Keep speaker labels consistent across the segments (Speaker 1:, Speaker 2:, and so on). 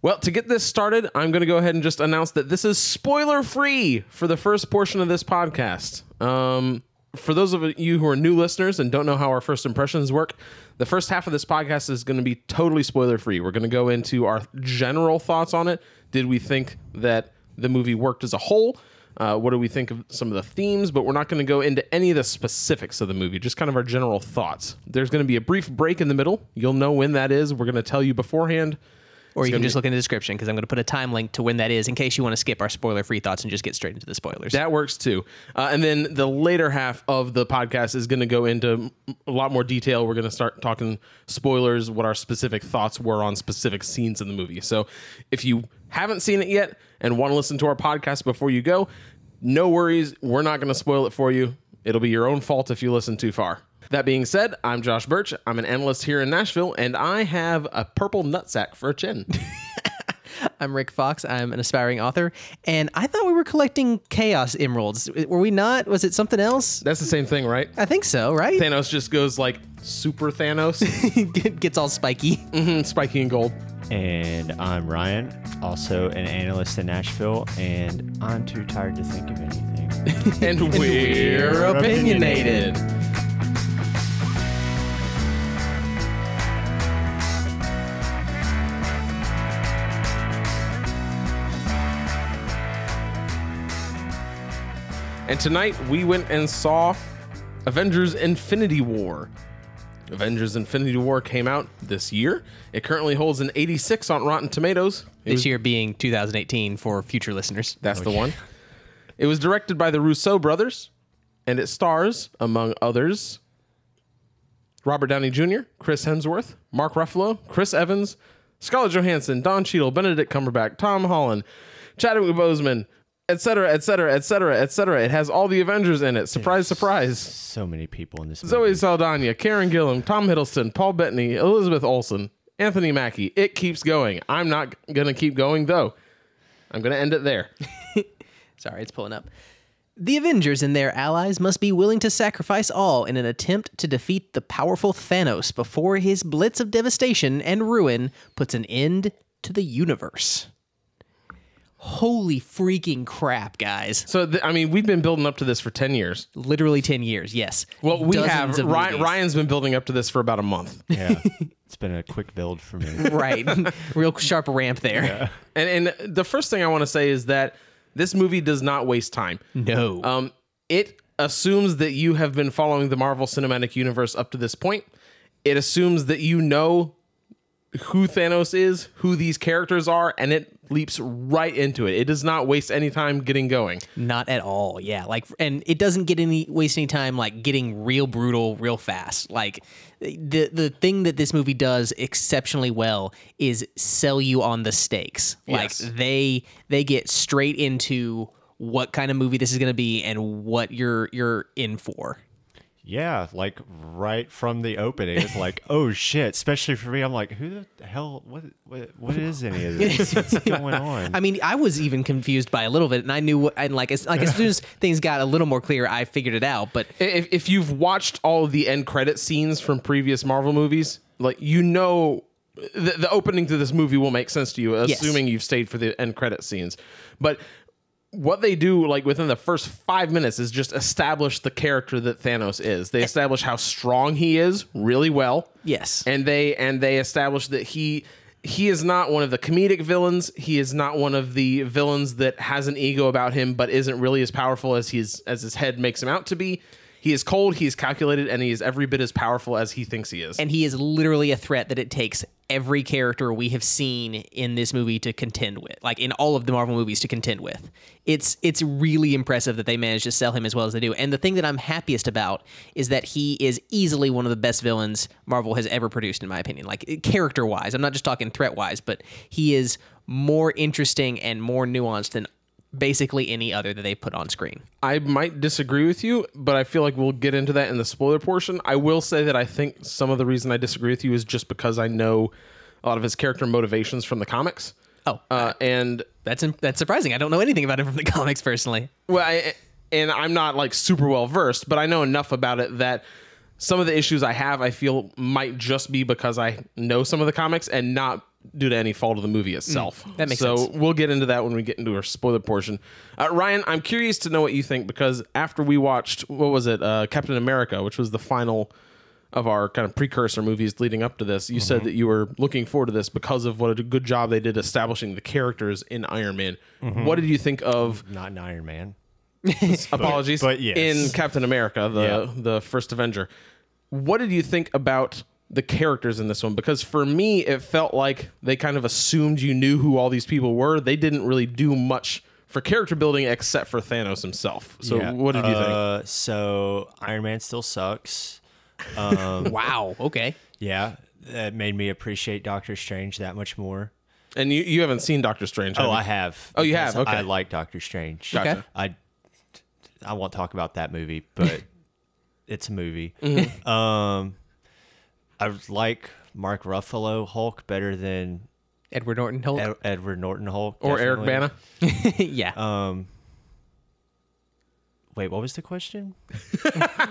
Speaker 1: Well, to get this started, I'm going to go ahead and just announce that this is spoiler free for the first portion of this podcast. Um, for those of you who are new listeners and don't know how our first impressions work, the first half of this podcast is going to be totally spoiler free. We're going to go into our general thoughts on it. Did we think that the movie worked as a whole? Uh, what do we think of some of the themes? But we're not going to go into any of the specifics of the movie, just kind of our general thoughts. There's going to be a brief break in the middle. You'll know when that is. We're going to tell you beforehand.
Speaker 2: Or you
Speaker 1: gonna
Speaker 2: can just look in the description because I'm going to put a time link to when that is in case you want to skip our spoiler free thoughts and just get straight into the spoilers.
Speaker 1: That works too. Uh, and then the later half of the podcast is going to go into a lot more detail. We're going to start talking spoilers, what our specific thoughts were on specific scenes in the movie. So if you haven't seen it yet and want to listen to our podcast before you go, no worries. We're not going to spoil it for you. It'll be your own fault if you listen too far. That being said, I'm Josh Birch. I'm an analyst here in Nashville, and I have a purple nutsack for a chin.
Speaker 2: I'm Rick Fox. I'm an aspiring author. And I thought we were collecting chaos emeralds. Were we not? Was it something else?
Speaker 1: That's the same thing, right?
Speaker 2: I think so, right?
Speaker 1: Thanos just goes like super Thanos.
Speaker 2: Gets all spiky.
Speaker 1: Mm, spiky and gold.
Speaker 3: And I'm Ryan, also an analyst in Nashville, and I'm too tired to think of anything.
Speaker 1: And we're opinionated. And tonight we went and saw Avengers Infinity War. Avengers Infinity War came out this year. It currently holds an 86 on Rotten Tomatoes. It
Speaker 2: This year being 2018 for future listeners.
Speaker 1: That's the one. It was directed by the Rousseau brothers, and it stars, among others, Robert Downey Jr., Chris Hemsworth, Mark Ruffalo, Chris Evans, Scarlett Johansson, Don Cheadle, Benedict Cumberbatch, Tom Holland, Chadwick Boseman, etc., etc., etc., etc. It has all the Avengers in it. Surprise, surprise.
Speaker 3: So many people in this
Speaker 1: Zoe
Speaker 3: movie.
Speaker 1: Saldana, Karen Gillan, Tom Hiddleston, Paul Bettany, Elizabeth Olsen, Anthony Mackie. It keeps going. I'm not gonna keep going though. I'm gonna end it there.
Speaker 2: Sorry, it's pulling up. The Avengers and their allies must be willing to sacrifice all in an attempt to defeat the powerful Thanos before his blitz of devastation and ruin puts an end to the universe. Holy freaking crap, guys.
Speaker 1: So th- I mean, we've been building up to this for ten years.
Speaker 2: Literally 10 years, yes.
Speaker 1: Well, we
Speaker 2: Dozens
Speaker 1: have.
Speaker 2: of
Speaker 1: Ryan,
Speaker 2: movies.
Speaker 1: Ryan's been building up to this for about a month,
Speaker 3: yeah, it's been a quick build for me.
Speaker 2: Right. Real sharp ramp there.
Speaker 1: and and the first thing I want to say is that this movie does not waste time.
Speaker 2: No.
Speaker 1: Um, it assumes that you have been following the Marvel Cinematic Universe up to this point. It assumes that you know who Thanos is, who these characters are, and it leaps right into it. It does not waste any time getting going.
Speaker 2: Not at all. Yeah. Like, and it doesn't get any waste any time like getting real brutal real fast. Like, the the thing that this movie does exceptionally well is sell you on the stakes. Like
Speaker 1: Yes.
Speaker 2: they they get straight into what kind of movie this is going to be and what you're you're in for.
Speaker 3: yeah, like right from the opening, it's like, oh shit. Especially for me, I'm like, who the hell? What? What, what is any of this? What's going on?
Speaker 2: I mean, I was even confused by a little bit, and I knew what. And like, as, like as soon as things got a little more clear, I figured it out. But
Speaker 1: I- If, if you've watched all of the end credit scenes from previous Marvel movies, like you know, the, the opening to this movie will make sense to you, assuming you've stayed for the end credit scenes. But what they do, like within the first five minutes, is just establish the character that Thanos is. They establish how strong he is, really well.
Speaker 2: yes,
Speaker 1: and they and they establish that he he is not one of the comedic villains. He is not one of the villains that has an ego about him, but isn't really as powerful as he's as his head makes him out to be. He is cold. He is calculated, and he is every bit as powerful as he thinks he is.
Speaker 2: and he is literally a threat that it takes every character we have seen in this movie to contend with like in all of the marvel movies to contend with it's it's really impressive that they managed to sell him as well as they do and the thing that i'm happiest about is that he is easily one of the best villains marvel has ever produced in my opinion like character wise i'm not just talking threat wise but he is more interesting and more nuanced than basically any other that they put on screen
Speaker 1: I might disagree with you, but I feel like we'll get into that in the spoiler portion. I will say that I think some of the reason I disagree with you is just because I know a lot of his character motivations from the comics.
Speaker 2: oh
Speaker 1: Uh, and
Speaker 2: that's that's surprising i don't know anything about him from the comics personally
Speaker 1: Well, I, and I'm not like super well versed, but I know enough about it that some of the issues I have, I feel might just be because I know some of the comics and not due to any fault of the movie itself.
Speaker 2: Mm, that makes
Speaker 1: so
Speaker 2: sense.
Speaker 1: we'll get into that when we get into our spoiler portion. Uh, Ryan, I'm curious to know what you think because after we watched what was it, uh, Captain America, which was the final of our kind of precursor movies leading up to this, you
Speaker 2: Mm-hmm.
Speaker 1: said that you were looking forward to this because of what a good job they did establishing the characters in Iron Man.
Speaker 2: Mm-hmm.
Speaker 1: What did you think of?
Speaker 3: Not an Iron Man.
Speaker 1: apologies
Speaker 3: but yes.
Speaker 1: in captain america the
Speaker 3: Yeah.
Speaker 1: the first avenger what did you think about the characters in this one because for me it felt like they kind of assumed you knew who all these people were they didn't really do much for character building except for thanos himself so what did you think
Speaker 3: Uh, so Iron Man still sucks.
Speaker 2: Wow. Okay.
Speaker 3: Yeah, that made me appreciate Doctor Strange that much more.
Speaker 1: and you, you haven't seen doctor strange have
Speaker 3: Oh,
Speaker 1: you?
Speaker 3: I have.
Speaker 1: Oh, you
Speaker 3: because
Speaker 1: have? Okay.
Speaker 3: I like Doctor Strange.
Speaker 1: Gotcha.
Speaker 3: I I won't talk about that movie, but it's a movie.
Speaker 1: Mm-hmm.
Speaker 3: Um, I like Mark Ruffalo Hulk better than
Speaker 2: Edward Norton Holt.
Speaker 3: Ed- Edward Norton Hulk
Speaker 1: or eric
Speaker 3: definitely.
Speaker 1: bana
Speaker 2: yeah.
Speaker 3: Uh, Wait, what was the question?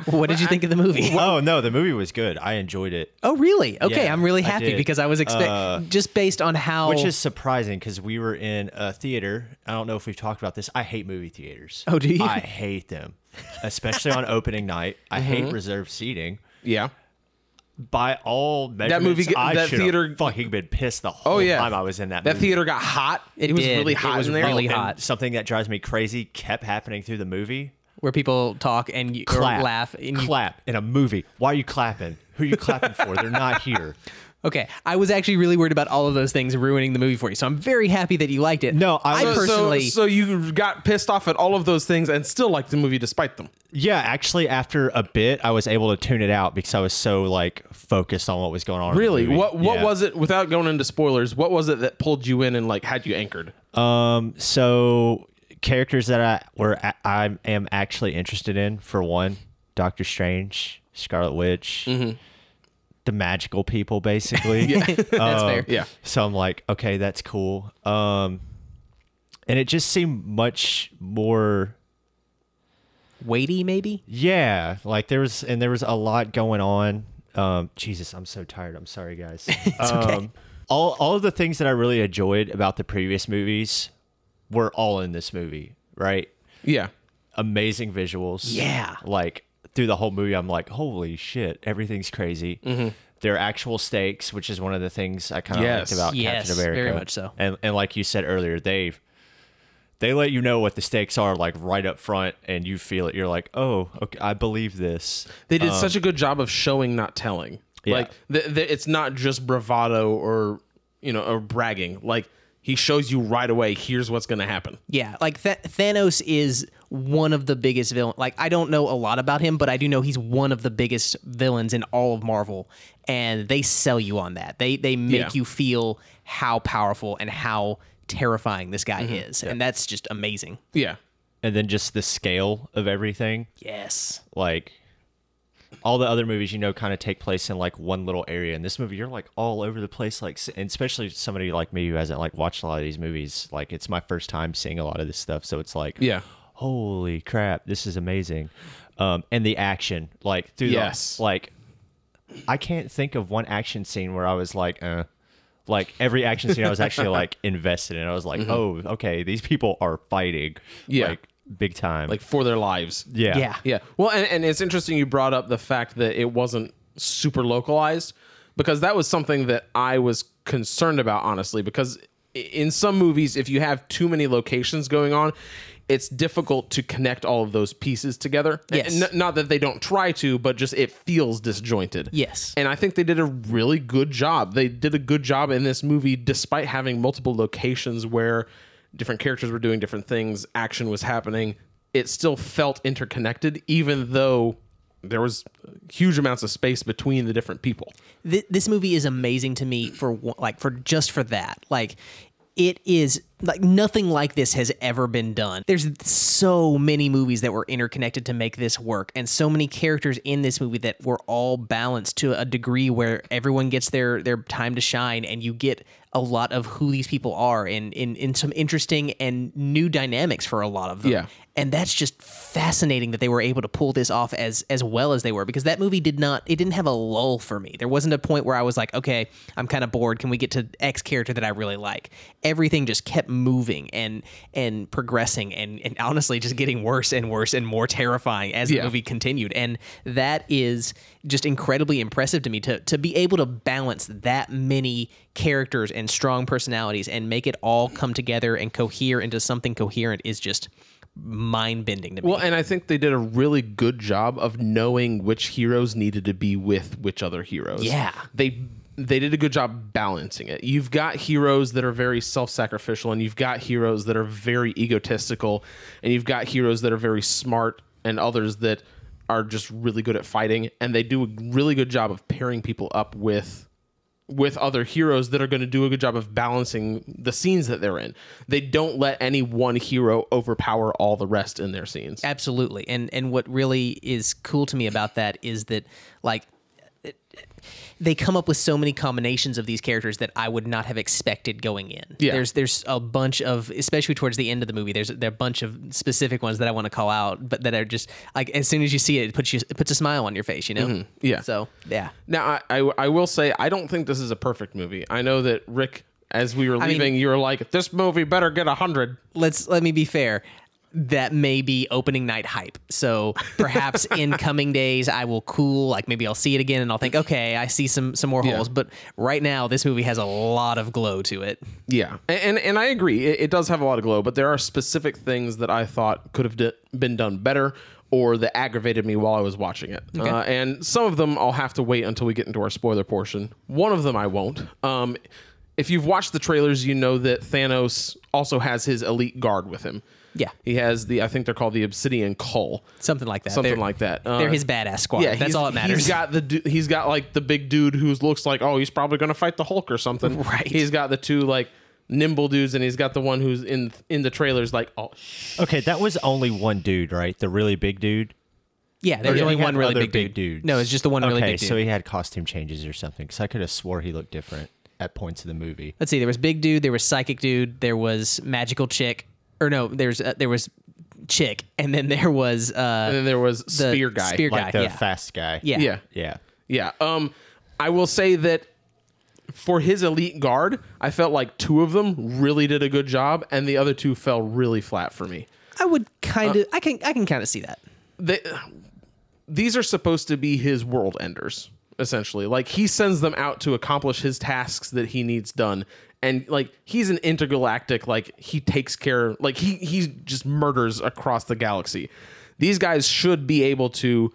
Speaker 2: what did you think of the movie?
Speaker 3: oh no, the movie was good. I enjoyed it,
Speaker 2: Oh, really? Okay,
Speaker 3: Yeah,
Speaker 2: I'm really
Speaker 3: I
Speaker 2: happy
Speaker 3: did.
Speaker 2: because I was expect
Speaker 3: Uh,
Speaker 2: just based on how.
Speaker 1: Oh.
Speaker 3: which is surprising because we were in a theater. I don't know if we've talked about this. I hate movie theaters.
Speaker 2: Oh, do you?
Speaker 3: I hate them, especially on opening night. I
Speaker 1: Mm-hmm.
Speaker 3: hate reserved seating.
Speaker 1: yeah
Speaker 3: by all measures, that
Speaker 1: movie
Speaker 3: movie,
Speaker 1: get-
Speaker 3: I
Speaker 1: that
Speaker 3: should
Speaker 1: theater-
Speaker 3: theater fucking been pissed the whole
Speaker 1: oh yeah
Speaker 3: time I was in that.
Speaker 1: that
Speaker 3: movie.
Speaker 1: theater got hot it,
Speaker 2: It
Speaker 1: was
Speaker 2: did.
Speaker 1: really
Speaker 2: It
Speaker 1: hot
Speaker 2: was
Speaker 1: in there
Speaker 2: really
Speaker 3: And
Speaker 2: hot.
Speaker 3: Something that drives me crazy kept happening through the movie.
Speaker 2: where people talk and you or
Speaker 3: Clap,
Speaker 2: laugh and you-
Speaker 3: clap in a movie. Why are you clapping? Who are you clapping for? They're not here.
Speaker 2: okay, I was actually really worried about all of those things ruining the movie for you, so I'm very happy that you liked it.
Speaker 3: No, I was- So-
Speaker 2: personally,
Speaker 1: so, so you got pissed off at all of those things and still liked the movie despite them
Speaker 3: Yeah, actually, after a bit, I was able to tune it out because I was so like focused on what was going on. in the
Speaker 1: Really?
Speaker 3: movie.
Speaker 1: What what
Speaker 3: Yeah.
Speaker 1: was it without going into spoilers, what was it that pulled you in and like had you anchored?
Speaker 3: so characters that I were I am actually interested in for one, Doctor Strange, Scarlet Witch, the magical people basically.
Speaker 2: that's
Speaker 3: uh,
Speaker 2: fair.
Speaker 1: Yeah.
Speaker 3: So I'm like, okay, that's cool. Um, and it just seemed much more
Speaker 2: weighty maybe.
Speaker 3: yeah, like there was and there was a lot going on. Um, Jesus, I'm so tired. I'm sorry, guys. um, all all of the things that I really enjoyed about the previous movies were all in this movie, right?
Speaker 1: Yeah.
Speaker 3: Amazing visuals.
Speaker 2: Yeah.
Speaker 3: Like through the whole movie, I'm like, holy shit, everything's crazy.
Speaker 2: Mm-hmm.
Speaker 3: There are actual stakes, which is one of the things I kind of
Speaker 1: Yes.
Speaker 3: liked about
Speaker 2: Yes,
Speaker 3: Captain America.
Speaker 2: very much so.
Speaker 3: And and like you said earlier, they they let you know what the stakes are like right up front, and you feel it. You're like, oh, okay, I believe this.
Speaker 1: They did such a good job of showing not telling.
Speaker 3: Yeah.
Speaker 1: Like th- th- it's not just bravado or you know, or bragging. Like he shows you right away here's what's going to happen.
Speaker 2: Yeah, like Th- Thanos is one of the biggest villain. Like I don't know a lot about him, but I do know he's one of the biggest villains in all of Marvel, and they sell you on that. They they make
Speaker 1: Yeah.
Speaker 2: you feel how powerful and how terrifying this guy is, and that's just amazing.
Speaker 1: Yeah.
Speaker 3: And then just the scale of everything,
Speaker 2: Yes.
Speaker 3: like. All the other movies, you know, kind of take place in like one little area. In this movie, you're like all over the place, like, s- and especially somebody like me who hasn't like watched a lot of these movies. Like, it's my first time seeing a lot of this stuff, so it's like,
Speaker 1: Yeah.
Speaker 3: holy crap this is amazing um and the action like through
Speaker 1: Yes.
Speaker 3: the like i can't think of one action scene where i was like uh like every action scene i was actually like invested in i was like oh okay these people are fighting
Speaker 1: Mm-hmm. Yeah.
Speaker 3: like big time
Speaker 1: Like for their lives.
Speaker 3: yeah
Speaker 2: Yeah.
Speaker 1: Yeah. Well, and, and it's interesting you brought up the fact that it wasn't super localized because that was something that I was concerned about, honestly, because i- in some movies, if you have too many locations going on, it's difficult to connect all of those pieces together. And-
Speaker 2: Yes.
Speaker 1: and n- not that they don't try to, but just it feels disjointed.
Speaker 2: Yes.
Speaker 1: And I think they did a really good job. They did a good job in this movie, despite having multiple locations where different characters were doing different things, action was happening. It still felt interconnected, even though there was huge amounts of space between the different people.
Speaker 2: Th- this movie is amazing to me for one- like for just for that. Like it is like nothing like this has ever been done. There's so many movies that were interconnected to make this work and so many characters in this movie that were all balanced to a degree where everyone gets their their time to shine and you get a a lot of who these people are and in, in some interesting and new dynamics for a lot of them.
Speaker 1: Yeah.
Speaker 2: And that's just fascinating that they were able to pull this off as as well as they were because that movie did not it didn't have a lull for me. There wasn't a point where I was like, okay, I'm kind of bored. Can we get to X character that I really like? Everything just kept moving and and progressing and and honestly just getting worse and worse and more terrifying as
Speaker 1: Yeah.
Speaker 2: the movie continued. And that is just incredibly impressive to me to to be able to balance that many characters and strong personalities and make it all come together and cohere into something coherent is just mind bending to me.
Speaker 1: Well, and I think they did a really good job of knowing which heroes needed to be with which other heroes.
Speaker 2: Yeah.
Speaker 1: They they did a good job balancing it. You've got heroes that are very self-sacrificial and you've got heroes that are very egotistical and you've got heroes that are very smart and others that are just really good at fighting and they do a really good job of pairing people up with with other heroes that are going to do a good job of balancing the scenes that they're in. They don't let any one hero overpower all the rest in their scenes.
Speaker 2: Absolutely. And and what really is cool to me about that is that like they come up with so many combinations of these characters that I would not have expected going in.
Speaker 1: Yeah.
Speaker 2: There's there's a bunch of especially towards the end of the movie there's there are a bunch of specific ones that I want to call out but that are just like as soon as you see it it puts you it puts a smile on your face, you know.
Speaker 1: Mm-hmm. Yeah.
Speaker 2: So, yeah.
Speaker 1: Now, I, I, I will say, I don't think this is a perfect movie. I know that Rick, as we were leaving, you were like, this movie better get a 100.
Speaker 2: let's let me be fair. That may be opening night hype. So perhaps in coming days I will cool, like maybe I'll see it again and I'll think, okay, I see some some more holes. But right now this movie has a lot of glow to it.
Speaker 1: Yeah. And, and, and I agree. It, it does have a lot of glow, but there are specific things that I thought could have d- been done better or that aggravated me while I was watching it. Uh, and some of them I'll have to wait until we get into our spoiler portion. One of them I won't. Um, if you've watched the trailers, you know that Thanos also has his elite guard with him.
Speaker 2: Yeah.
Speaker 1: He has the, I think they're called the Obsidian Cull.
Speaker 2: Something like that.
Speaker 1: Something
Speaker 2: they're,
Speaker 1: like that. Uh,
Speaker 2: they're his badass squad.
Speaker 1: Yeah,
Speaker 2: That's
Speaker 1: he's-
Speaker 2: all that matters.
Speaker 1: He's got the du- he's got like the big dude who looks like oh he's probably gonna fight the Hulk or something.
Speaker 2: Right.
Speaker 1: He's got the two like nimble dudes and he's got the one who's in in the trailers like oh sh-
Speaker 3: Okay, that was only one dude, right? The really big dude.
Speaker 2: yeah, there's
Speaker 3: Or
Speaker 2: only
Speaker 3: he had
Speaker 2: one really
Speaker 3: other
Speaker 2: big, dude.
Speaker 3: dudes?
Speaker 2: No, it's just the one really
Speaker 3: okay,
Speaker 2: big dude.
Speaker 3: so he had costume changes or something. Because I could have swore he looked different at points of the movie.
Speaker 2: Let's see. There was big dude. There was psychic dude. There was magical chick. Or no, there's uh, there was chick, and then there was uh,
Speaker 1: and then there was
Speaker 2: the
Speaker 1: spear guy.
Speaker 2: Spear guy.
Speaker 3: Like the
Speaker 2: yeah.
Speaker 3: fast guy.
Speaker 2: yeah.
Speaker 1: yeah.
Speaker 3: Yeah.
Speaker 1: Yeah. Um, I will say that for his elite guard, I felt like two of them really did a good job, and the other two fell really flat for me.
Speaker 2: I would kind of. I can. I can kind of see that.
Speaker 1: they, these are supposed to be his world enders essentially like he sends them out to accomplish his tasks that he needs done and like he's an intergalactic like he takes care like he he just murders across the galaxy these guys should be able to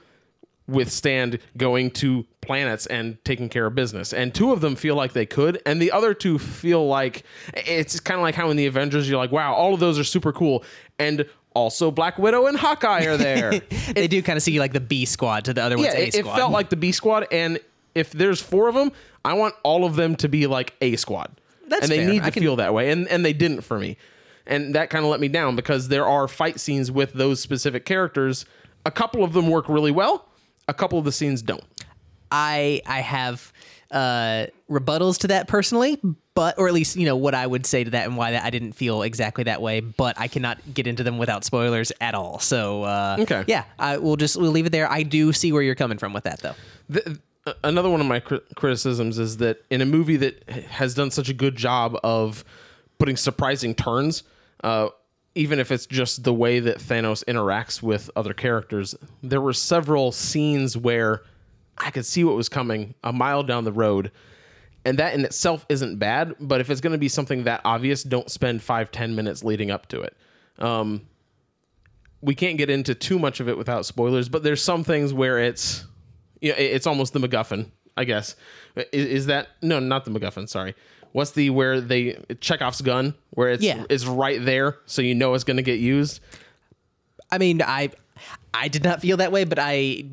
Speaker 1: withstand going to planets and taking care of business. And two of them feel like they could, and the other two feel like it's kind of like how in the Avengers you're like, wow, all of those are super cool, and also Black Widow and Hawkeye are there.
Speaker 2: they do kind of see like the B squad to the other one's
Speaker 1: yeah,
Speaker 2: A
Speaker 1: it, it
Speaker 2: squad.
Speaker 1: felt like the B squad, and if there's four of them, I want all of them to be like A squad.
Speaker 2: That's
Speaker 1: and they
Speaker 2: fair.
Speaker 1: need to
Speaker 2: I can-
Speaker 1: feel that way, and and they didn't for me, and that kind of let me down because there are fight scenes with those specific characters. A couple of them work really well. A couple of the scenes don't.
Speaker 2: I I have uh, rebuttals to that personally, but or at least you know what I would say to that and why that I didn't feel exactly that way. But I cannot get into them without spoilers at all. So uh,
Speaker 1: Okay.
Speaker 2: yeah, I will just we'll leave it there. I do see where you're coming from with that though.
Speaker 1: th- th- another one of my cri- criticisms is that in a movie that h- has done such a good job of putting surprising turns, uh, even if it's just the way that Thanos interacts with other characters, there were several scenes where I could see what was coming a mile down the road. And that in itself isn't bad, but if it's going to be something that obvious, don't spend five, ten minutes leading up to it we can't get into too much of it without spoilers, but there's some things where it's you know, it- it's almost the MacGuffin, I guess. I- Is, that no, not the MacGuffin, sorry. What's the where they Chekhov's gun, where it's
Speaker 2: Yeah.
Speaker 1: it's right there, so you know it's gonna get used.
Speaker 2: I mean, I I did not feel that way, but I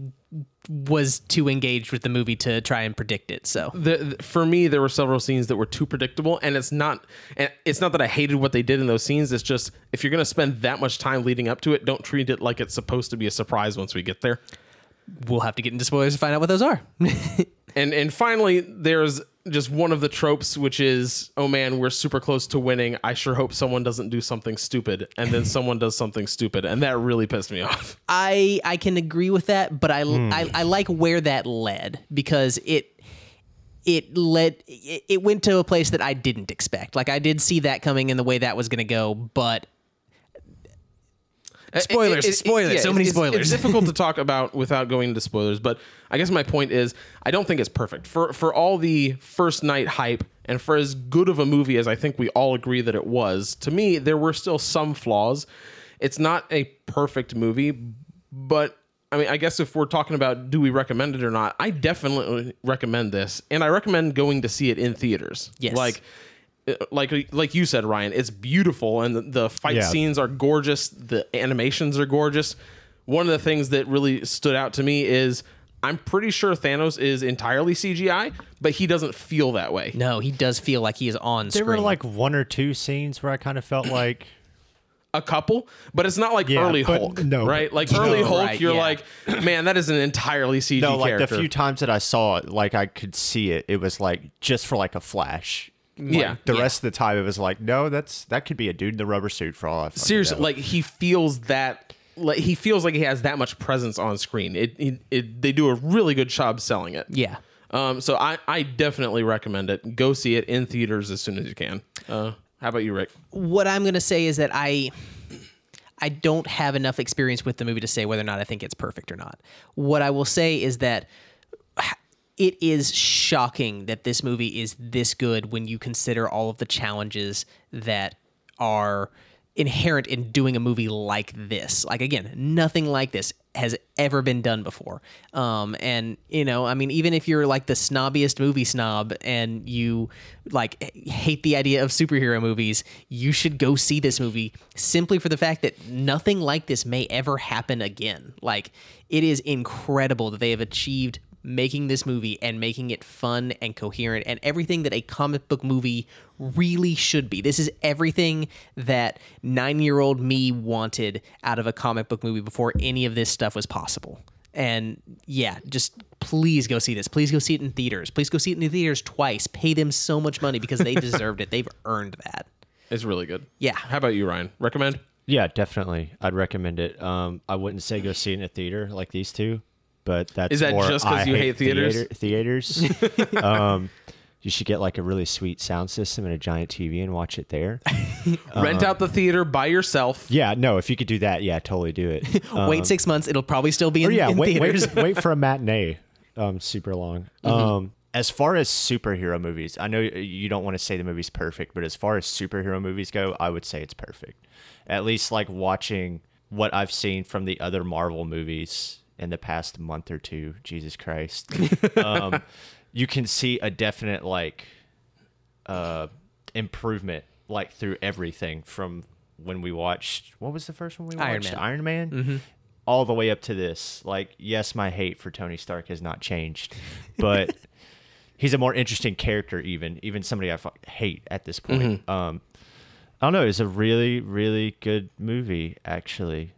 Speaker 2: was too engaged with the movie to try and predict it. So
Speaker 1: The, the- for me, there were several scenes that were too predictable, and it's not and it's not that I hated what they did in those scenes. It's just if you're gonna spend that much time leading up to it, don't treat it like it's supposed to be a surprise once we get there.
Speaker 2: we'll have to get into spoilers to find out what those are.
Speaker 1: And and finally, there's just one of the tropes, which is, oh man, we're super close to winning. I sure hope someone doesn't do something stupid, and then someone does something stupid, and that really pissed me off.
Speaker 2: I I can agree with that, but I I, I like where that led because it it led it, it went to a place that I didn't expect. Like I did see that coming in the way that was going to go, but
Speaker 1: Uh,
Speaker 2: Spoilers, spoilers, so many
Speaker 1: it's- it's-
Speaker 2: spoilers.
Speaker 1: It's difficult to talk about without going into spoilers, but I guess my point is, I don't think it's perfect for for all the first night hype, and for as good of a movie as I think we all agree that it was. To me, there were still some flaws. It's not a perfect movie, but I mean, I guess if we're talking about do we recommend it or not, I definitely recommend this, and I recommend going to see it in theaters.
Speaker 2: Yes.
Speaker 1: like uh, like like you said ryan it's beautiful and the, the fight
Speaker 3: Yeah.
Speaker 1: scenes are gorgeous the animations are gorgeous one of the things that really stood out to me is i'm pretty sure thanos is entirely cgi but he doesn't feel that way
Speaker 2: no, he does feel like he is on
Speaker 3: There
Speaker 2: screen.
Speaker 3: were like one or two scenes where I kind of felt like
Speaker 1: a couple but it's not like
Speaker 3: Yeah,
Speaker 1: early
Speaker 3: but
Speaker 1: hulk
Speaker 4: no.
Speaker 1: right like early hulk
Speaker 2: right,
Speaker 1: you're
Speaker 2: yeah.
Speaker 1: like man that is an entirely cg
Speaker 3: no, like
Speaker 1: character
Speaker 3: the few times that I saw it, like I could see it. It was like just for like a flash. Like,
Speaker 1: Yeah.
Speaker 3: The
Speaker 2: Yeah.
Speaker 3: rest of the time, it was like, no, that's that could be a dude in the rubber suit for all I fucking
Speaker 1: seriously
Speaker 3: know.
Speaker 1: like he feels that like he feels like he has that much presence on screen it, it, it they do a really good job selling it
Speaker 2: yeah.
Speaker 1: Um, so I, I definitely recommend it. Go see it in theaters as soon as you can. Uh, how about you, Rick?
Speaker 2: What I'm going to say is that I I don't have enough experience with the movie to say whether or not I think it's perfect or not. What I will say is that it is shocking that this movie is this good when you consider all of the challenges that are inherent in doing a movie like this. Like again, nothing like this has ever been done before. Um and you know, I mean even if you're like the snobbiest movie snob and you like h- hate the idea of superhero movies, you should go see this movie simply for the fact that nothing like this may ever happen again. Like it is incredible that they have achieved making this movie and making it fun and coherent and everything that a comic book movie really should be. This is everything that nine year old me wanted out of a comic book movie before any of this stuff was possible. And yeah, just please go see this. Please go see it in theaters. Please go see it in the theaters twice. Pay them so much money because they deserved it. They've earned that.
Speaker 1: It's really good.
Speaker 2: Yeah.
Speaker 1: How about you, Ryan? Recommend?
Speaker 3: Yeah, definitely. I'd recommend it. Um, I wouldn't say go see it in a theater like these two, but that's
Speaker 1: Is that
Speaker 3: more
Speaker 1: just 'cause
Speaker 3: I
Speaker 1: you hate theaters?
Speaker 3: theater- theaters. um, you should get like a really sweet sound system and a giant TV and watch it there. Uh,
Speaker 1: Rent out the theater by yourself.
Speaker 3: yeah, no, if you could do that, yeah, totally do it.
Speaker 2: wait six months, it'll probably still be in,
Speaker 3: Um, Or Oh, yeah,
Speaker 2: in
Speaker 3: wait,
Speaker 2: theaters.
Speaker 3: wait, wait for a matinee. Um, super long. Um, as far as superhero movies, I know you don't want to say the movie's perfect, but as far as superhero movies go, I would say it's perfect. At least like watching what I've seen from the other Marvel movies in the past month or two. Jesus Christ, um, you can see a definite like uh, improvement like through everything from when we watched what was the first one we
Speaker 2: Iron
Speaker 3: watched
Speaker 2: Man. Mm-hmm.
Speaker 3: Iron Man all the way up to this like yes my hate for Tony Stark has not changed but he's a more interesting character even even somebody I fu- hate at this point
Speaker 2: Mm-hmm.
Speaker 3: um I don't know it's a really really good movie actually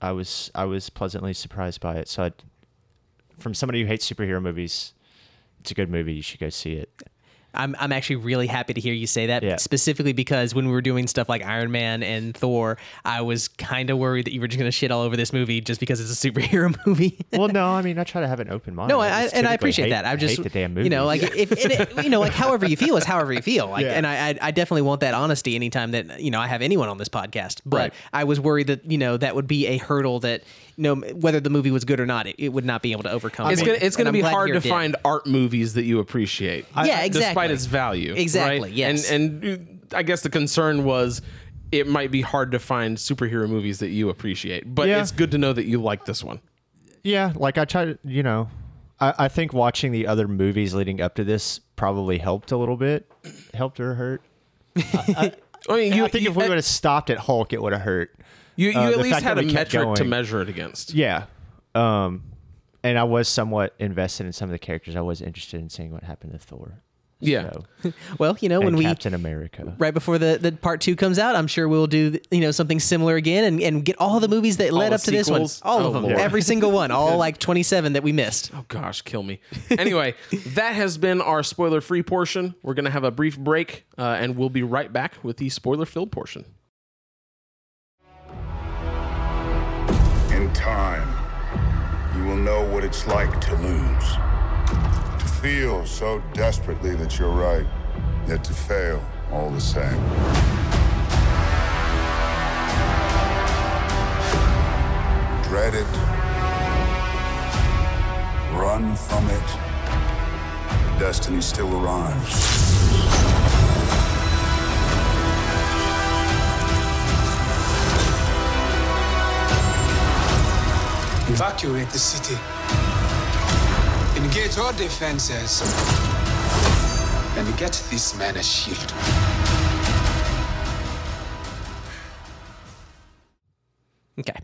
Speaker 3: I was I was pleasantly surprised by it so I'd, from somebody who hates superhero movies it's a good movie you should go see it
Speaker 2: I'm I'm actually really happy to hear you say that
Speaker 3: Yeah.
Speaker 2: specifically because when we were doing stuff like Iron Man and Thor, I was kind of worried that you were just going to shit all over this movie just because it's a superhero movie.
Speaker 3: well, no, I mean, I try to have an open mind.
Speaker 2: no, I, I
Speaker 3: just
Speaker 2: and I
Speaker 3: typically
Speaker 2: appreciate
Speaker 3: hate-
Speaker 2: that. I just
Speaker 3: hate the damn
Speaker 2: you know
Speaker 3: movies.
Speaker 2: like if and it, you know like however you feel is however you feel like
Speaker 3: Yeah.
Speaker 2: and I, I I definitely want that honesty anytime that you know I have anyone on this podcast. But I was worried that you know that would be a hurdle that you know whether the movie was good or not, it, it would not be able to overcome.
Speaker 1: It's
Speaker 2: it.
Speaker 1: gonna it's
Speaker 2: And
Speaker 1: gonna
Speaker 2: I'm
Speaker 1: be
Speaker 2: glad
Speaker 1: hard
Speaker 2: here
Speaker 1: to
Speaker 2: it did.
Speaker 1: find art movies that you appreciate.
Speaker 2: Yeah,
Speaker 1: Despite
Speaker 2: exactly.
Speaker 1: its value.
Speaker 2: Exactly,
Speaker 1: Right?
Speaker 2: yes.
Speaker 1: And and uh, I guess the concern was it might be hard to find superhero movies that you appreciate, but
Speaker 3: Yeah.
Speaker 1: it's good to know that you like this one.
Speaker 3: yeah, like I try to, you know, I, I think watching the other movies leading up to this probably helped a little bit, helped or hurt.
Speaker 1: I mean, you
Speaker 3: I think
Speaker 1: you, uh,
Speaker 3: if we would have stopped at Hulk, it would have hurt.
Speaker 1: you, you
Speaker 3: uh,
Speaker 1: at
Speaker 3: the
Speaker 1: least
Speaker 3: fact
Speaker 1: had
Speaker 3: that
Speaker 1: a
Speaker 3: we kept
Speaker 1: metric to
Speaker 3: going-
Speaker 1: measure it against.
Speaker 3: Yeah, um, and I was somewhat invested in some of the characters. I was interested in seeing what happened to Thor.
Speaker 1: Yeah.
Speaker 3: So,
Speaker 2: Well, you know, when
Speaker 3: and
Speaker 2: we
Speaker 3: Captain America.
Speaker 2: right before the, the part two comes out, I'm sure we'll do you know something similar again and, and get all the movies that led
Speaker 1: the
Speaker 2: up to this one,
Speaker 1: sequels?
Speaker 2: all
Speaker 1: Oh,
Speaker 2: of them,
Speaker 1: Lord.
Speaker 2: every single one, all like 27 that we missed.
Speaker 1: Oh gosh, kill me. Anyway, that has been our spoiler free portion. We're going to have a brief break uh, and we'll be right back with the spoiler filled portion.
Speaker 4: In time, you will know what it's like to lose. To feel so desperately that you're right, yet to fail all the same. Dread it. Run from it. Destiny still arrives.
Speaker 5: Evacuate the city. Engage all defenses. And get this man a shield.
Speaker 2: Okay.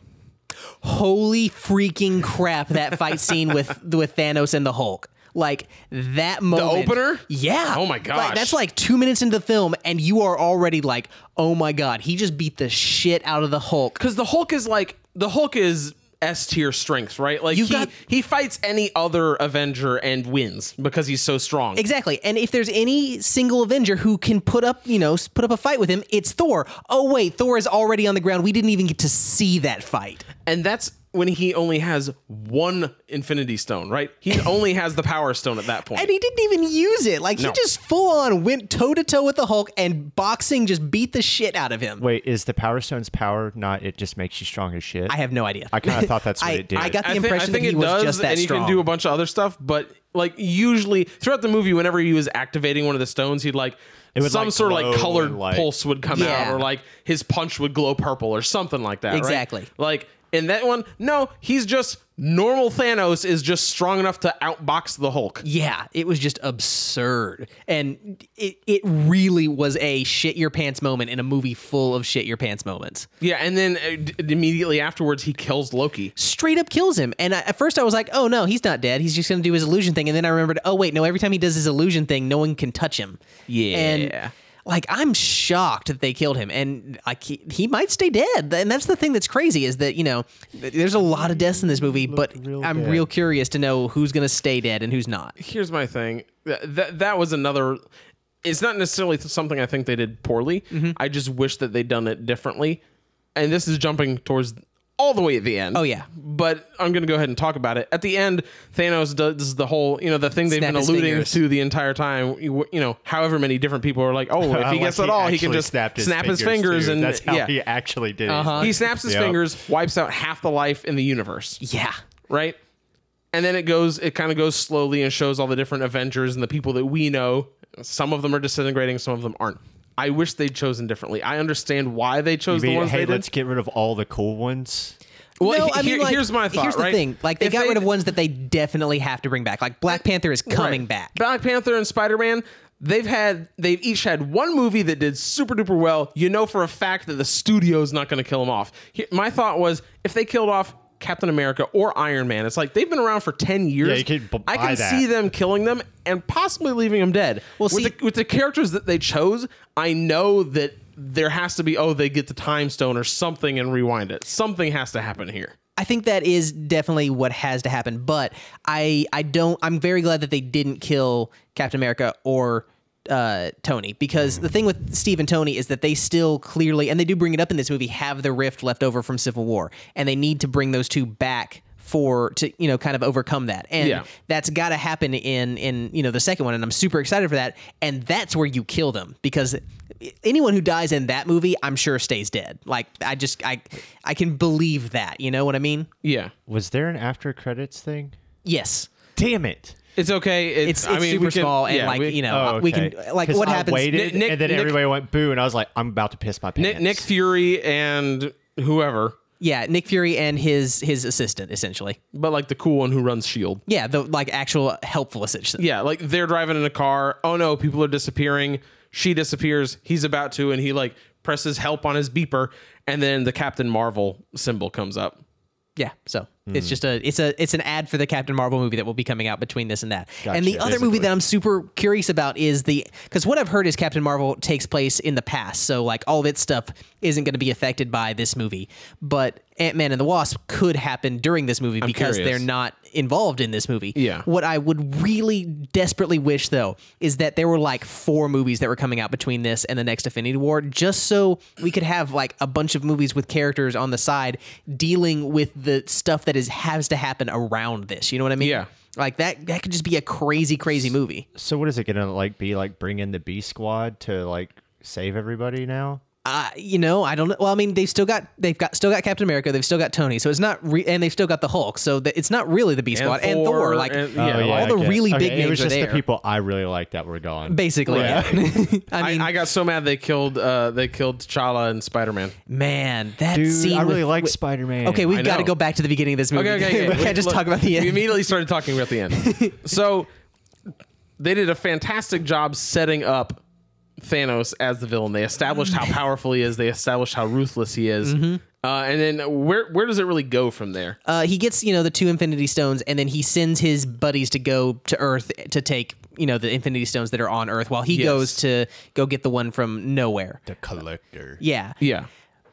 Speaker 2: Holy freaking crap! That fight scene with with Thanos and the Hulk, like that moment.
Speaker 1: opener?
Speaker 2: Yeah.
Speaker 1: Oh my
Speaker 2: Like,
Speaker 1: gosh.
Speaker 2: that's like two minutes into the film, and you are already like, oh my god, he just beat the shit out of the Hulk.
Speaker 1: Because the Hulk is like, the Hulk is S tier strength, right? Like, he,
Speaker 2: You've got-
Speaker 1: he fights any other Avenger and wins because he's so strong.
Speaker 2: Exactly. And if there's any single Avenger who can put up, you know, s- put up a fight with him, it's Thor. Oh wait, Thor is already on the ground. We didn't even get to see that fight.
Speaker 1: And that's when he only has one Infinity Stone, right? He only has the Power Stone at that point.
Speaker 2: And he didn't even use it. Like
Speaker 1: No.
Speaker 2: he just full on went toe to toe with the Hulk and boxing just beat the shit out of him.
Speaker 3: Wait, is the Power Stone's power not? It just makes you strong as shit.
Speaker 2: I have no idea.
Speaker 3: I kind of thought that's what
Speaker 2: I-
Speaker 3: it did.
Speaker 2: I got- the
Speaker 1: thi-
Speaker 2: impression that he was just that
Speaker 1: and you can
Speaker 2: strong.
Speaker 1: do a bunch of other stuff. But like usually throughout the movie, whenever he was activating one of the stones, he'd like
Speaker 3: would,
Speaker 1: some
Speaker 3: like,
Speaker 1: sort of like
Speaker 3: glow
Speaker 1: colored
Speaker 3: and, like-
Speaker 1: pulse would come
Speaker 2: Yeah.
Speaker 1: out, or like his punch would glow purple, or something like that. right?
Speaker 2: Exactly.
Speaker 1: Like in that one, no, he's just normal. Thanos is just strong enough to outbox the Hulk.
Speaker 2: yeah, it was just absurd. And it, it really was a shit your pants moment in a movie full of shit your pants moments.
Speaker 1: Yeah, and then uh, d- immediately afterwards, he kills Loki.
Speaker 2: Straight up kills him. And I, at first I was like, oh no, he's not dead. He's just going to do his illusion thing. And then I remembered, oh wait, no, every time he does his illusion thing, no one can touch him.
Speaker 1: Yeah.
Speaker 2: And like I'm shocked that they killed him, and like he, he might stay dead. And that's the thing that's crazy is that you know th- there's a lot of deaths in this movie, but
Speaker 3: real
Speaker 2: I'm
Speaker 3: dead.
Speaker 2: real curious to know who's gonna stay dead and who's not.
Speaker 1: here's my thing that that, that was another it's not necessarily something i think they did poorly
Speaker 2: Mm-hmm.
Speaker 1: i just wish that they'd done it differently and this is jumping towards all the way at the end
Speaker 2: Oh, yeah.
Speaker 1: but i'm gonna go ahead and talk about it at the end thanos does the whole you know the thing they've
Speaker 2: Snap
Speaker 1: been
Speaker 2: his
Speaker 1: alluding
Speaker 2: fingers.
Speaker 1: to the entire time you, you know however many different people are like oh if he
Speaker 3: Like,
Speaker 1: gets it all he can
Speaker 3: actually
Speaker 1: just
Speaker 3: snapped
Speaker 1: snap his fingers
Speaker 3: dude.
Speaker 1: and
Speaker 3: that's how
Speaker 1: yeah
Speaker 3: he actually did.
Speaker 2: Uh-huh.
Speaker 1: he snaps his
Speaker 3: Yep.
Speaker 1: fingers wipes out half the life in the universe
Speaker 2: Yeah,
Speaker 1: right? And then it goes, it kind of goes slowly and shows all the different Avengers and the people that we know. Some of them are disintegrating, some of them aren't. I wish they'd chosen differently. I understand why they chose
Speaker 3: I mean,
Speaker 1: the ones
Speaker 3: hey,
Speaker 1: they did.
Speaker 3: let's get rid of all the cool ones.
Speaker 1: Well,
Speaker 2: no,
Speaker 1: he-
Speaker 2: I mean,
Speaker 1: here-
Speaker 2: like,
Speaker 1: here's my thought.
Speaker 2: Here's the
Speaker 1: right?
Speaker 2: thing: like they
Speaker 1: If
Speaker 2: got rid of ones that they definitely have to bring back. Like Black Panther is coming
Speaker 1: Right.
Speaker 2: back.
Speaker 1: Black Panther and Spider Man. They've had they've each had one movie that did super duper well. You know for a fact that the studio's not going to kill them off. Here- my thought was if they killed off Captain America or Iron Man, it's like they've been around for ten years.
Speaker 3: Yeah, you could b-
Speaker 1: I can
Speaker 3: buy that.
Speaker 1: see them killing them and possibly leaving them dead. Well, with,
Speaker 2: see-
Speaker 1: the, with the characters that they chose, I know that there has to be oh they get the time stone or something and rewind it. Something has to happen here.
Speaker 2: I think that is definitely what has to happen. But I I don't I'm very glad that they didn't kill Captain America or uh, Tony because the thing with Steve and Tony is that they still clearly and they do bring it up in this movie have the rift left over from Civil War and they need to bring those two back for to you know kind of overcome that and
Speaker 1: Yeah.
Speaker 2: that's got to happen in in you know the second one and I'm super excited for that and that's where you kill them because anyone who dies in that movie I'm sure stays dead like I just I I can believe that you know what I mean
Speaker 1: Yeah,
Speaker 3: Was there an after credits thing?
Speaker 2: yes
Speaker 3: Damn it!
Speaker 1: it's okay. It's,
Speaker 2: it's,
Speaker 1: I
Speaker 2: it's
Speaker 1: mean, we
Speaker 2: super
Speaker 1: can-
Speaker 2: small and
Speaker 1: yeah,
Speaker 2: like
Speaker 1: we-
Speaker 2: you know
Speaker 3: Oh,
Speaker 2: Uh, we
Speaker 3: okay.
Speaker 2: can like
Speaker 3: 'Cause
Speaker 2: what
Speaker 3: I
Speaker 2: happens
Speaker 3: Waited,
Speaker 1: Nick- Nick-
Speaker 3: and then
Speaker 1: Nick-
Speaker 3: everybody went boo, and I was like, I'm about to piss my pants.
Speaker 1: Nick, Nick Fury and whoever,
Speaker 2: yeah Nick Fury and his his assistant essentially
Speaker 1: but like the cool one who runs Shield.
Speaker 2: yeah the like actual helpful assistant
Speaker 1: E Yeah, like they're driving in a car. Oh no, people are disappearing. She disappears. He's about to, and he like presses help on his beeper, and then the Captain Marvel symbol comes up.
Speaker 2: yeah so It's just a it's a it's an ad for the Captain Marvel movie that will be coming out between this and that. and the
Speaker 3: Gotcha.
Speaker 2: other movie
Speaker 3: Basically.
Speaker 2: that I'm super curious about is the because what I've heard is Captain Marvel takes place in the past, so like all of its stuff isn't going to be affected by this movie. But Ant Man and the Wasp could happen during this movie because
Speaker 1: curious.
Speaker 2: they're not involved in this movie.
Speaker 1: Yeah.
Speaker 2: What I would really desperately wish though is that there were like four movies that were coming out between this and the next Affinity War, just so we could have like a bunch of movies with characters on the side dealing with the stuff that is has to happen around this. You know what I mean?
Speaker 1: Yeah.
Speaker 2: Like that that could just be a crazy, crazy movie.
Speaker 3: So what is it gonna like be like? Bring in the B squad to like save everybody now?
Speaker 2: Uh, you know, I don't know. Well, I mean, they've still got they've got still got Captain America, they've still got Tony, so it's not re- and they've still got the Hulk, so that it's not really the B Squad and, Thor, like
Speaker 1: and-
Speaker 3: Oh,
Speaker 1: yeah,
Speaker 3: yeah,
Speaker 2: all the
Speaker 3: I get it.
Speaker 2: really big
Speaker 3: It
Speaker 2: names
Speaker 3: was
Speaker 2: are
Speaker 3: just
Speaker 2: there.
Speaker 3: the people I really like that were gone.
Speaker 2: basically. yeah. I
Speaker 1: I,
Speaker 2: mean,
Speaker 1: I got so mad they killed uh, they killed T'Challa and Spider Man.
Speaker 2: man, that
Speaker 3: Dude,
Speaker 2: scene.
Speaker 3: I
Speaker 2: with-
Speaker 3: really like
Speaker 2: with-
Speaker 3: Spider Man.
Speaker 2: Okay, we've
Speaker 1: I
Speaker 2: got to
Speaker 1: know.
Speaker 2: go back to the beginning of this movie.
Speaker 1: Okay, okay, okay.
Speaker 2: we can't just
Speaker 1: Look,
Speaker 2: talk about the
Speaker 1: We
Speaker 2: end.
Speaker 1: immediately started talking about the end. so they did a fantastic job setting up Thanos as the villain. They established how powerful he is. They established how ruthless he is. Uh, and then where where does it really go from there?
Speaker 2: Mm-hmm. Uh, he gets you know the two Infinity Stones, and then he sends his buddies to go to Earth to take you know the Infinity Stones that are on Earth, while he
Speaker 1: Yes.
Speaker 2: goes to go get the one from nowhere.
Speaker 3: the collector.
Speaker 2: Yeah,
Speaker 1: yeah,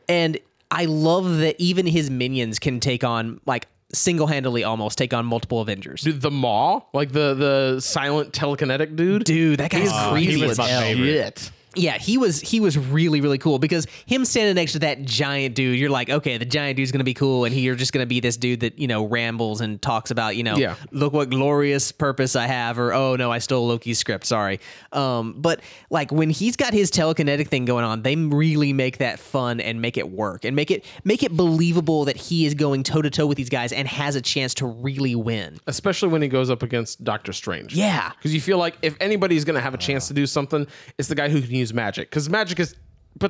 Speaker 2: and I love that even his minions can take on like single handedly almost take on multiple Avengers.
Speaker 1: dude, the Maw, like the the silent telekinetic dude.
Speaker 2: Dude, that guy's
Speaker 1: Uh,
Speaker 2: creepy
Speaker 1: he
Speaker 2: as
Speaker 1: was
Speaker 2: hell.
Speaker 3: my favorite.
Speaker 1: shit.
Speaker 2: Yeah, he was he was really really cool because him standing next to that giant dude, you're like, okay, the giant dude's gonna be cool, and he, you're just gonna be this dude that you know rambles and talks about, you know,
Speaker 1: Yeah.
Speaker 2: look what glorious purpose I have, or oh no, I stole Loki's script, sorry. Um, but like when he's got his telekinetic thing going on, they really make that fun and make it work and make it make it believable that he is going toe to toe with these guys and has a chance to really win.
Speaker 1: Especially when he goes up against Doctor Strange.
Speaker 2: Yeah.
Speaker 1: Because you feel like if anybody's going to have a chance to do something, it's the guy who can use magic. Because magic is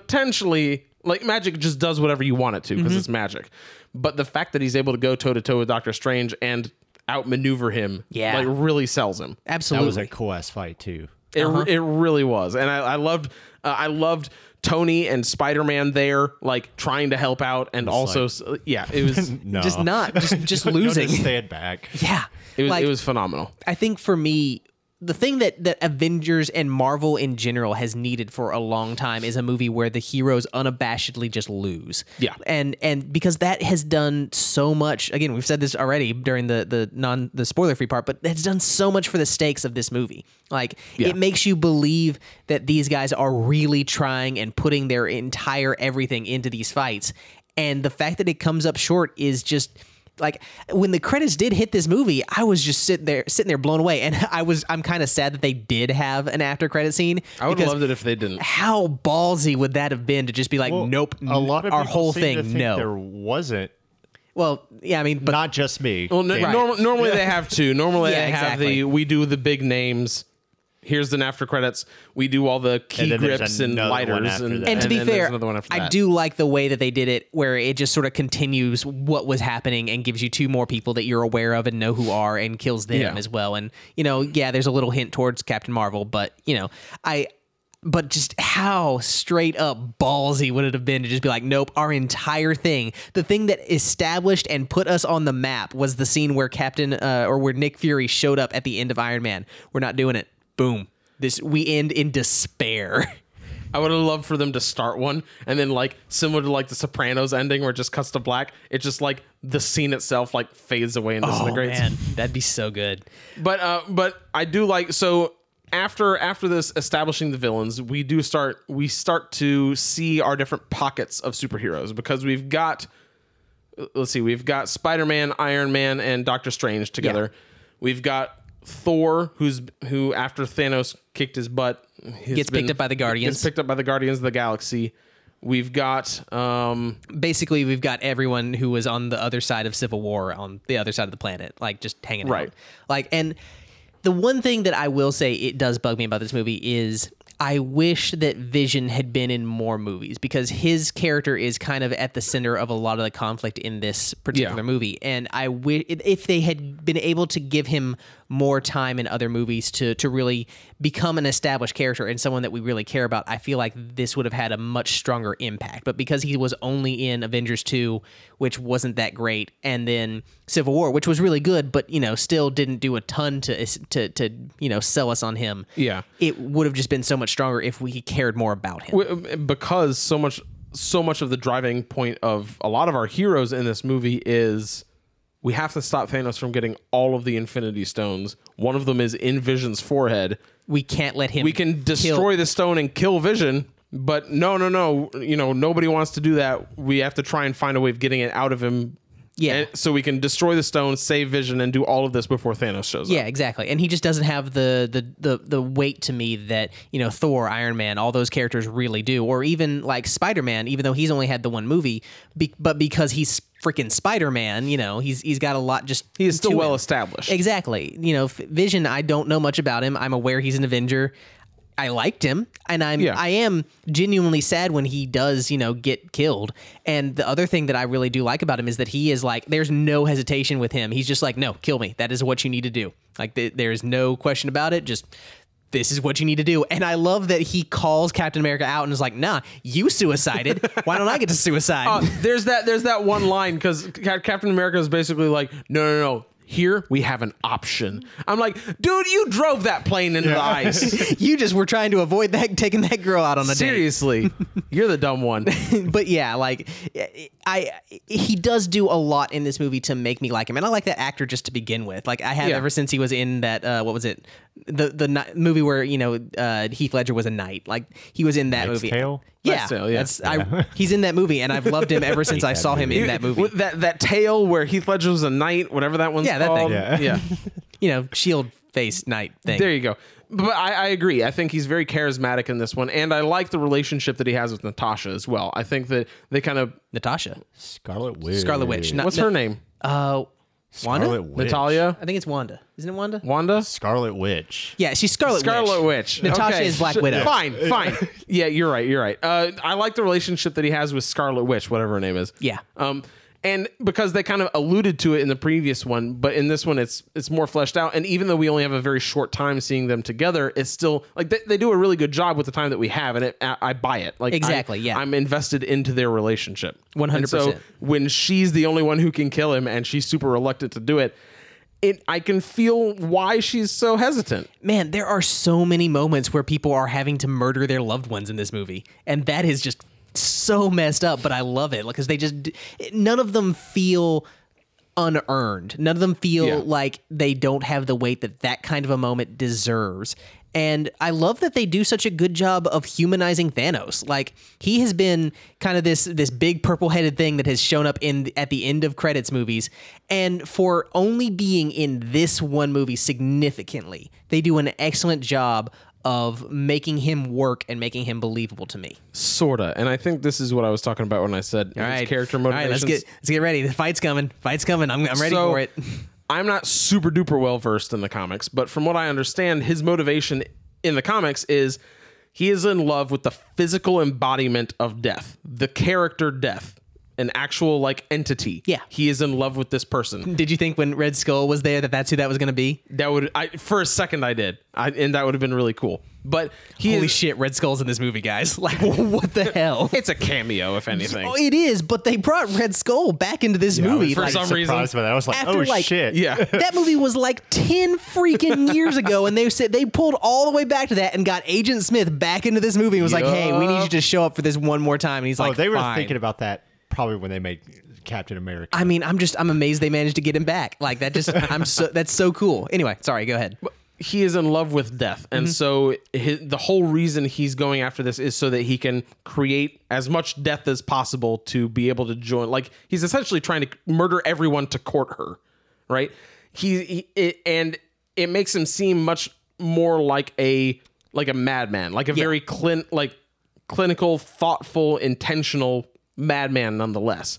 Speaker 1: potentially like magic just does whatever you want it to
Speaker 2: Mm-hmm.
Speaker 1: because it's magic. But the fact that he's able to go toe to toe with Doctor Strange and outmaneuver him,
Speaker 2: Yeah.
Speaker 1: like really sells him.
Speaker 2: Absolutely.
Speaker 3: That was a cool ass fight too.
Speaker 1: It,
Speaker 2: Uh-huh.
Speaker 1: it really was, and I, I loved uh, I loved Tony and Spider Man there, like trying to help out, and also s- yeah, it was it
Speaker 3: No,
Speaker 2: Just not, just just
Speaker 3: No, just
Speaker 2: losing.
Speaker 3: stand back.
Speaker 2: Yeah,
Speaker 1: was, it was phenomenal.
Speaker 2: I think for me, the thing that that Avengers and Marvel in general has needed for a long time is a movie where the heroes unabashedly just lose.
Speaker 1: Yeah.
Speaker 2: and and because that has done so much. Again, we've said this already during the the non the spoiler free part, but it's done so much for the stakes of this movie. Like it makes you believe that these guys are really trying and putting their entire everything into these fights, and the fact that it comes up short is just like when the credits did hit this movie, I was just sitting there, sitting there blown away, and I was I'm kind of sad that they did have an after credit scene.
Speaker 1: I would have
Speaker 2: because
Speaker 1: loved it if they didn't.
Speaker 2: How ballsy would that have been to just be like, nope,
Speaker 3: A lot of
Speaker 2: our
Speaker 3: people
Speaker 2: whole
Speaker 3: seem
Speaker 2: thing,
Speaker 3: to think
Speaker 2: no.
Speaker 3: there wasn't.
Speaker 2: Well, yeah, I mean, but
Speaker 3: not just me.
Speaker 1: Well, no, norm- normally they have two. Normally
Speaker 2: Yeah,
Speaker 1: they have
Speaker 2: exactly.
Speaker 1: the we do the big names. Here's the after credits. We do all the key
Speaker 3: And then there's
Speaker 1: grips and
Speaker 3: another one
Speaker 1: lighters,
Speaker 3: after
Speaker 1: and,
Speaker 3: that.
Speaker 2: and to be
Speaker 1: then there's
Speaker 2: fair,
Speaker 1: another one after
Speaker 2: I
Speaker 1: that.
Speaker 2: do like the way that they did it, where it just sort of continues what was happening and gives you two more people that you're aware of and know who are and kills them
Speaker 1: Yeah.
Speaker 2: as well. And you know, yeah, there's a little hint towards Captain Marvel, but you know, I. But just how straight up ballsy would it have been to just be like, nope, our entire thing, the thing that established and put us on the map was the scene where Captain uh, or where Nick Fury showed up at the end of Iron Man. We're not doing it. Boom. This we end in despair.
Speaker 1: I would have loved for them to start one, and then like similar to like the Sopranos ending, where it just cuts to black. It's just like the scene itself like fades away and
Speaker 3: Oh,
Speaker 1: disintegrates.
Speaker 2: that'd be so good.
Speaker 1: But uh, but I do like so after after this establishing the villains, we do start we start to see our different pockets of superheroes because we've got let's see, we've got Spider Man, Iron Man, and Doctor Strange together. We've got Thor, who's who after Thanos kicked his butt, he's
Speaker 2: Gets picked up by the Guardians.
Speaker 1: Gets picked up by the Guardians of the Galaxy. We've got um,
Speaker 2: Basically, we've got everyone who was on the other side of Civil War on the other side of the planet, like just hanging
Speaker 1: Right.
Speaker 2: out. Like, and the one thing that I will say it does bug me about this movie is I wish that Vision had been in more movies because his character is kind of at the center of a lot of the conflict in this particular
Speaker 1: Yeah.
Speaker 2: movie, and I wish if they had been able to give him more time in other movies to to really become an established character and someone that we really care about, I feel like this would have had a much stronger impact. But because he was only in Avengers 2, which wasn't that great, and then Civil War, which was really good, but you know, still didn't do a ton to to to you know, sell us on him.
Speaker 1: Yeah.
Speaker 2: It would have just been so much stronger if we cared more about him.
Speaker 1: W- because so much so much of the driving point of a lot of our heroes in this movie is we have to stop Thanos from getting all of the Infinity Stones. One of them is in Vision's forehead.
Speaker 2: we can't let him
Speaker 1: We can destroy the stone and kill Vision, but no, no, no. You know, nobody wants to do that. We have to try and find a way of getting it out of him.
Speaker 2: Yeah.
Speaker 1: And- so we can destroy the stone, save Vision, and do all of this before Thanos shows up.
Speaker 2: Yeah, exactly. And he just doesn't have the, the the the weight to me that you know Thor, Iron Man, all those characters really do, or even like Spider Man, even though he's only had the one movie, be, but because he's freaking Spider Man, you know, he's he's got a lot. Just
Speaker 1: He is still
Speaker 2: to
Speaker 1: well
Speaker 2: him.
Speaker 1: established.
Speaker 2: Exactly. You know, F- Vision. I don't know much about him. I'm aware he's an Avenger. I liked him, and I'm
Speaker 1: Yeah.
Speaker 2: I am genuinely sad when he does, you know, get killed. And the other thing that I really do like about him is that he is like, there's no hesitation with him. He's just like, no, kill me. That is what you need to do. Like, th- there is no question about it. Just this is what you need to do. And I love that he calls Captain America out and is like, nah, you suicided. Why don't I get to suicide?
Speaker 1: Uh, there's that there's that one line because Captain America is basically like, no, no, no. Here we have an option. I'm like, dude, you drove that plane into the ice.
Speaker 2: you just were trying to avoid that taking that girl out on a date.
Speaker 1: Seriously, you're the dumb one.
Speaker 2: but yeah, like eh, I, he does do a lot in this movie to make me like him, and I like that actor just to begin with. Like I have
Speaker 1: Yeah.
Speaker 2: ever since he was in that uh, what was it, the the ni- movie where you know uh, Heath Ledger was a knight. Like he was in that movie.
Speaker 3: Tale?
Speaker 2: Yeah,
Speaker 1: Knight's Tale, yeah.
Speaker 2: that's I. He's in that movie, and I've loved him ever since I saw him in that movie.
Speaker 1: With that that tale where Heath Ledger was a knight, whatever that one's
Speaker 2: Yeah, that thing.
Speaker 1: called.
Speaker 3: Yeah.
Speaker 1: yeah.
Speaker 2: You know, shield face knight thing.
Speaker 1: There you go. But I, I agree. I think he's very charismatic in this one, and I like the relationship that he has with Natasha as well. I think that they kind of
Speaker 2: Natasha,
Speaker 3: Scarlet Witch.
Speaker 2: Scarlet Witch. Not,
Speaker 1: what's her name?
Speaker 2: Uh, Wanda.
Speaker 3: Scarlet Witch.
Speaker 1: Natalia,
Speaker 2: I think it's Wanda. Isn't it Wanda?
Speaker 1: Wanda,
Speaker 3: Scarlet Witch.
Speaker 2: Yeah, she's Scarlet.
Speaker 1: Scarlet Witch.
Speaker 2: Natasha
Speaker 1: Okay.
Speaker 2: is Black
Speaker 1: Sh-
Speaker 2: Widow.
Speaker 1: Fine, fine. yeah, you're right. You're right. Uh, I like the relationship that he has with Scarlet Witch, whatever her name is.
Speaker 2: Yeah.
Speaker 1: Um, and because they kind of alluded to it in the previous one, but in this one, it's it's more fleshed out. And even though we only have a very short time seeing them together, it's still like they, they do a really good job with the time that we have, and it, I, I buy it. Like I-
Speaker 2: Exactly, yeah.
Speaker 1: I'm invested into their relationship.
Speaker 2: 100%.
Speaker 1: And So when she's the only one who can kill him, and she's super reluctant to do it. It, I can feel why she's so hesitant.
Speaker 2: man, there are so many moments where people are having to murder their loved ones in this movie, and that is just so messed up. But I love it because they just d- none of them feel unearned. None of them feel
Speaker 1: Yeah.
Speaker 2: like they don't have the weight that that kind of a moment deserves. And I love that they do such a good job of humanizing Thanos. Like he has been kind of this this big purple-headed thing that has shown up in at the end of credits movies and for only being in this one movie significantly. They do an excellent job of making him work and making him believable to me.
Speaker 1: sorta. And I think this is what I was talking about when I said his character motivations.
Speaker 2: All right, let's get let's get ready. The fight's coming. Fight's coming. I'm I'm ready
Speaker 1: So,
Speaker 2: for it.
Speaker 1: I'm not super duper well versed in the comics, but from what I understand, his motivation in the comics is he is in love with the physical embodiment of death, the character death, an actual like entity.
Speaker 2: Yeah. Hmm.
Speaker 1: he is in love with this person.
Speaker 2: Did you think when Red Skull was there that that's who that was going to be?
Speaker 1: That would I for a second I did, I, and that would have been really cool. But he
Speaker 2: Holy
Speaker 1: is,
Speaker 2: shit, Red Skull's in this movie, guys. Like, what the hell?
Speaker 1: it's a cameo if anything.
Speaker 2: Oh, it is, but they brought Red Skull back into this movie.
Speaker 1: for
Speaker 2: like,
Speaker 1: some reason.
Speaker 3: Surprised by that. I was like,
Speaker 2: After,
Speaker 3: oh
Speaker 2: like-
Speaker 3: shit.
Speaker 1: yeah.
Speaker 2: that movie was like 10 freaking years ago, and they said they pulled all the way back to that and got Agent Smith back into this movie and was like, hey, we need you to show up for this one more time. And he's
Speaker 3: Oh,
Speaker 2: like,
Speaker 3: they were
Speaker 2: "Fine."
Speaker 3: thinking about that probably when they made Captain America.
Speaker 2: I mean, I'm just, I'm amazed they managed to get him back. Like, that just, I'm so, that's so cool. Anyway, sorry, go ahead.
Speaker 1: he is in love with death and so hi the whole reason he's going after this is so that he can create as much death as possible to be able to join like he's essentially trying to murder everyone to court her right he, he it, and it makes him seem much more like a like a madman like a very clin like clinical thoughtful intentional madman nonetheless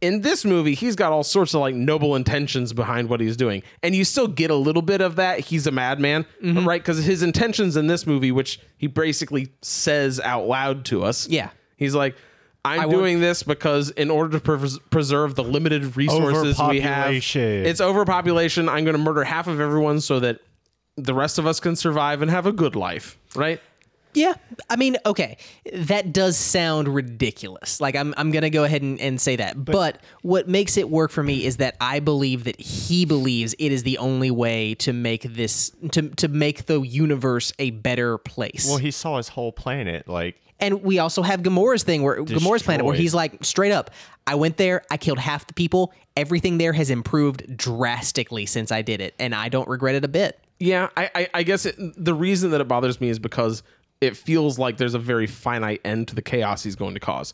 Speaker 1: in this movie, he's got all sorts of like noble intentions behind what he's doing, and you still get a little bit of that. He's a madman,
Speaker 2: Mm-hmm.
Speaker 1: right? Because his intentions in this movie, which he basically says out loud to us,
Speaker 2: Yeah.
Speaker 1: he's like, I'm
Speaker 2: I want-
Speaker 1: doing this because in order to pres- preserve the limited resources we have,
Speaker 3: Overpopulation.
Speaker 1: it's overpopulation. I'm going to murder half of everyone so that the rest of us can survive and have a good life, right?
Speaker 2: Yeah, I mean, okay, that does sound ridiculous. Like I'm, I'm gonna go ahead and, and say that. But, what makes it work for me is that I believe that he believes it is the only way to make this to to make the universe a better place.
Speaker 3: Well, he saw his whole planet. Like,
Speaker 2: and we also have Gamora's thing where Gamora's planet where
Speaker 3: Destroyed.
Speaker 2: he's like straight up, I went there, I killed half the people. Everything there has improved drastically since I did it, and I don't regret it a bit.
Speaker 1: Yeah, I, I, I guess it, the reason that it bothers me is because it feels like there's a very finite end to the chaos he's going to cause.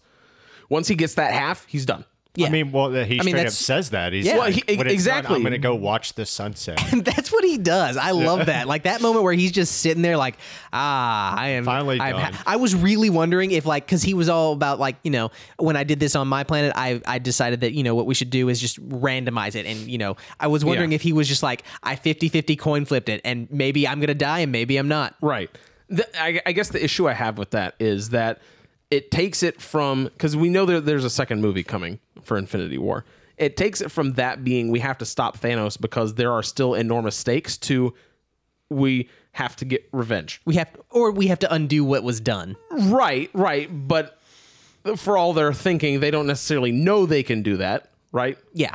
Speaker 1: Once he gets that half, he's done.
Speaker 2: Yeah.
Speaker 3: I mean, well, he straight up
Speaker 2: that's-
Speaker 3: says that. He's
Speaker 2: Yeah.
Speaker 3: like,
Speaker 2: Well,
Speaker 1: he-
Speaker 3: "When it's done,
Speaker 1: exactly.
Speaker 3: I'm gonna go watch the sunset.
Speaker 2: That's what he does. I love that. Like that moment where he's just sitting there, like, ah, I am
Speaker 3: Finally
Speaker 2: I'm
Speaker 3: done.
Speaker 2: I was really wondering if, like, because he was all about, like, you know, when I did this on my planet, I I decided that you know what we should do is just randomize it, and you know, I was wondering
Speaker 1: Yeah.
Speaker 2: if he was just like, I 50-50 coin flipped it, and maybe I'm gonna die, and maybe I'm not.
Speaker 1: Right. The, I, I guess the issue I have with that is that it takes it from because we know there, there's a second movie coming for Infinity War. It takes it from that being we have to stop Thanos because there are still enormous stakes to we have to get revenge.
Speaker 2: We have, or we have to undo what was done.
Speaker 1: Right, right. But for all their thinking, they don't necessarily know they can do that, right?
Speaker 2: Yeah,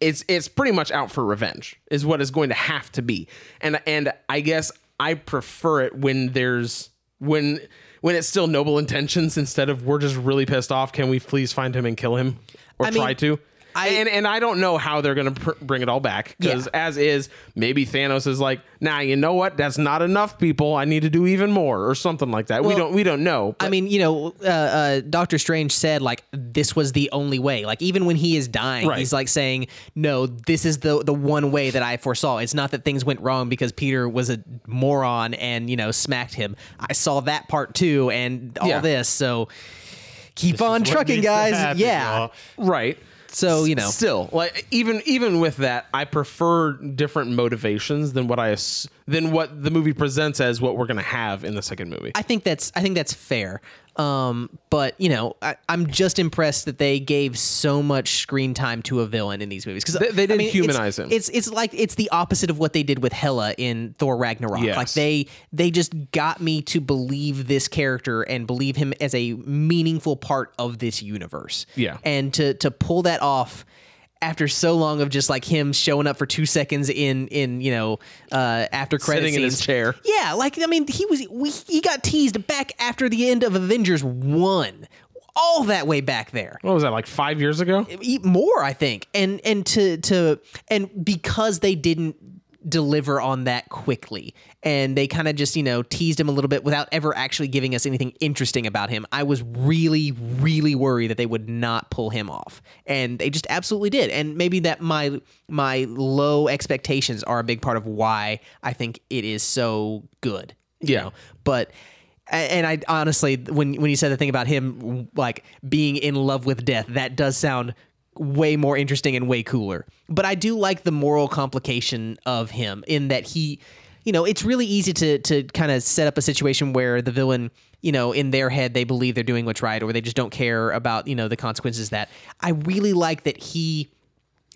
Speaker 1: it's it's pretty much out for revenge is what it's going to have to be and and i guess i prefer it when there's when when it's still noble intentions instead of we're just really pissed off can we please find him and kill him or
Speaker 2: I mean,
Speaker 1: try to
Speaker 2: I-
Speaker 1: and and i don't know how they're going to pr- bring it all back because as is maybe thanos is like nah you know what that's not enough people i need to do even more or something like that we
Speaker 2: Well,
Speaker 1: don't we don't know
Speaker 2: I mean, you know, uh, uh, Doctor Strange said like this was the only way. Like even when he is dying,
Speaker 1: Right.
Speaker 2: he's like saying, "No, this is the the one way that I foresaw. It's not that things went wrong because Peter was a moron and you know smacked him. I saw that part too, and all
Speaker 1: Yeah.
Speaker 2: this. So keep
Speaker 3: is
Speaker 2: on
Speaker 3: what
Speaker 2: trucking,
Speaker 3: needs to
Speaker 2: guys.
Speaker 3: happen,
Speaker 2: yeah.
Speaker 3: y'all.
Speaker 1: right
Speaker 2: So you know,
Speaker 1: still like even even with that i prefer different motivations than what i ass- than what the movie presents as what we're going to have in the second movie
Speaker 2: I think that's I think that's fair. Um, but you know, I, I'm just impressed that they gave so much screen time to a villain in these movies because
Speaker 1: They- they did humanize him.
Speaker 2: It's it's like it's the opposite of what they did with Hela in Thor Ragnarok.
Speaker 1: Yes.
Speaker 2: Like they they just got me to believe this character and believe him as a meaningful part of this universe.
Speaker 1: Yeah.
Speaker 2: and to to pull that off. After so long of just like him showing up for two seconds in in you know uh, after credit
Speaker 1: Sitting in his
Speaker 2: scenes.
Speaker 1: chair.
Speaker 2: Yeah, like I mean, he was we, he got teased back after the end of Avengers One, all that way back there.
Speaker 1: what was that like five years ago
Speaker 2: E- More, I think, and and to to and because they didn't deliver on that quickly, and they kind of just you know teased him a little bit without ever actually giving us anything interesting about him. I was really really worried that they would not pull him off, and they just absolutely did. And maybe that my my low expectations are a big part of why I think it is so good you
Speaker 1: Yeah.
Speaker 2: know. But and I honestly, when when you said the thing about him like being in love with death, that does sound way more interesting and way cooler. But I do like the moral complication of him in that he, you know, it's really easy to to kind of set up a situation where the villain, you know, in their head they believe they're doing what's right or they just don't care about you know the consequences. Of that I really like that he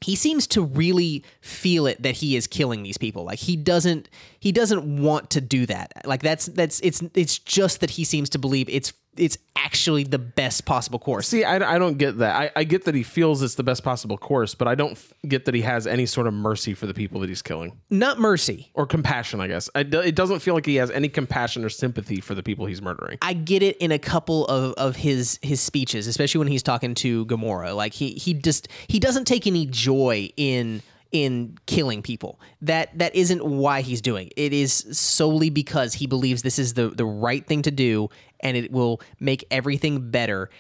Speaker 2: he seems to really feel it that he is killing these people like he doesn't he doesn't want to do that like that's that's it's it's just that he seems to believe it's it's actually the best possible course
Speaker 1: see i, I don't get that I, I get that he feels it's the best possible course but i don't f- get that he has any sort of mercy for the people that he's killing
Speaker 2: not mercy
Speaker 1: or compassion i guess I do- it doesn't feel like he has any compassion or sympathy for the people he's murdering
Speaker 2: I get it in a couple of, of his his speeches, especially when he's talking to Gamora. Like he he just he doesn't take any joy in in killing people. That that isn't why he's doing. It It is solely because he believes this is the the right thing to do and it will make everything better.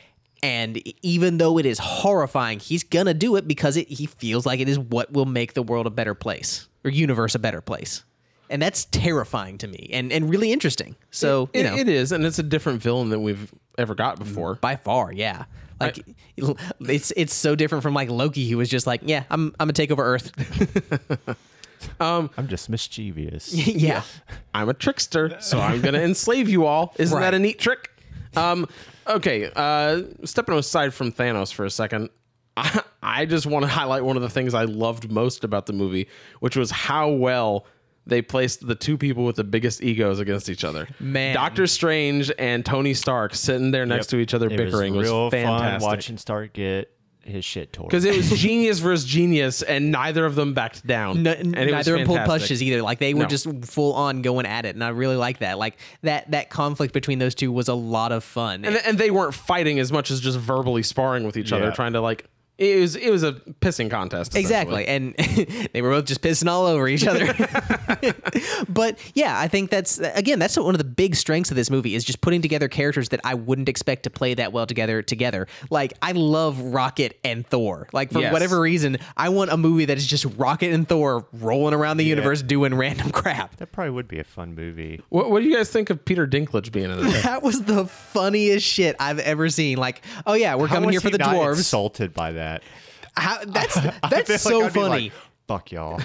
Speaker 2: And even though it is horrifying, he's gonna do it because it, he feels like it is what will make the world a better place or universe a better place. And that's terrifying to me and, and really interesting. So you
Speaker 1: It-
Speaker 2: know
Speaker 1: it is and it's a different villain than we've ever got before
Speaker 2: by far yeah like it's it's so different from like loki who was just like yeah i'm i'm gonna take over earth
Speaker 3: I'm just mischievous.
Speaker 2: yeah
Speaker 1: I'm a trickster, so I'm going to enslave you all. Isn't
Speaker 2: Right.
Speaker 1: that a neat trick? Um, Okay, uh, stepping aside from Thanos for a second, I, I just want to highlight one of the things I loved most about the movie, which was how well they placed the two people with the biggest egos against each other.
Speaker 2: Man.
Speaker 1: Doctor Strange and Tony Stark sitting there next to each other
Speaker 3: It
Speaker 1: bickering was,
Speaker 3: real fun
Speaker 1: fantastic.
Speaker 3: watching Stark get his shit torn.
Speaker 1: because it was genius versus genius, and neither of them backed down.
Speaker 2: No,
Speaker 1: and it was
Speaker 2: neither of them pulled
Speaker 1: fantastic.
Speaker 2: punches either. Like they were
Speaker 1: No.
Speaker 2: just full on going at it, and I really like that. Like that that conflict between those two was a lot of fun.
Speaker 1: and, and they weren't fighting as much as just verbally sparring with each other,
Speaker 3: Yeah.
Speaker 1: trying to like it was it was a pissing contest.
Speaker 2: Exactly.
Speaker 1: essentially.
Speaker 2: And they were both just pissing all over each other. but yeah, I think that's again, that's one of the big strengths of this movie is just putting together characters that I wouldn't expect to play that well together together. Like I love Rocket and Thor. Like for
Speaker 1: Yes.
Speaker 2: whatever reason, I want a movie that is just Rocket and Thor rolling around the universe doing random crap.
Speaker 3: that probably would be a fun movie.
Speaker 1: What, what do you guys think of Peter Dinklage being in it?
Speaker 2: That was the funniest shit I've ever seen. Like, oh yeah, we're coming
Speaker 3: How
Speaker 2: here
Speaker 3: was
Speaker 2: for
Speaker 3: he
Speaker 2: the
Speaker 3: not
Speaker 2: dwarves.
Speaker 3: Insulted by that.
Speaker 2: How, that's
Speaker 3: I feel
Speaker 2: that's so
Speaker 3: like I'd be
Speaker 2: funny.
Speaker 3: like, Fuck y'all.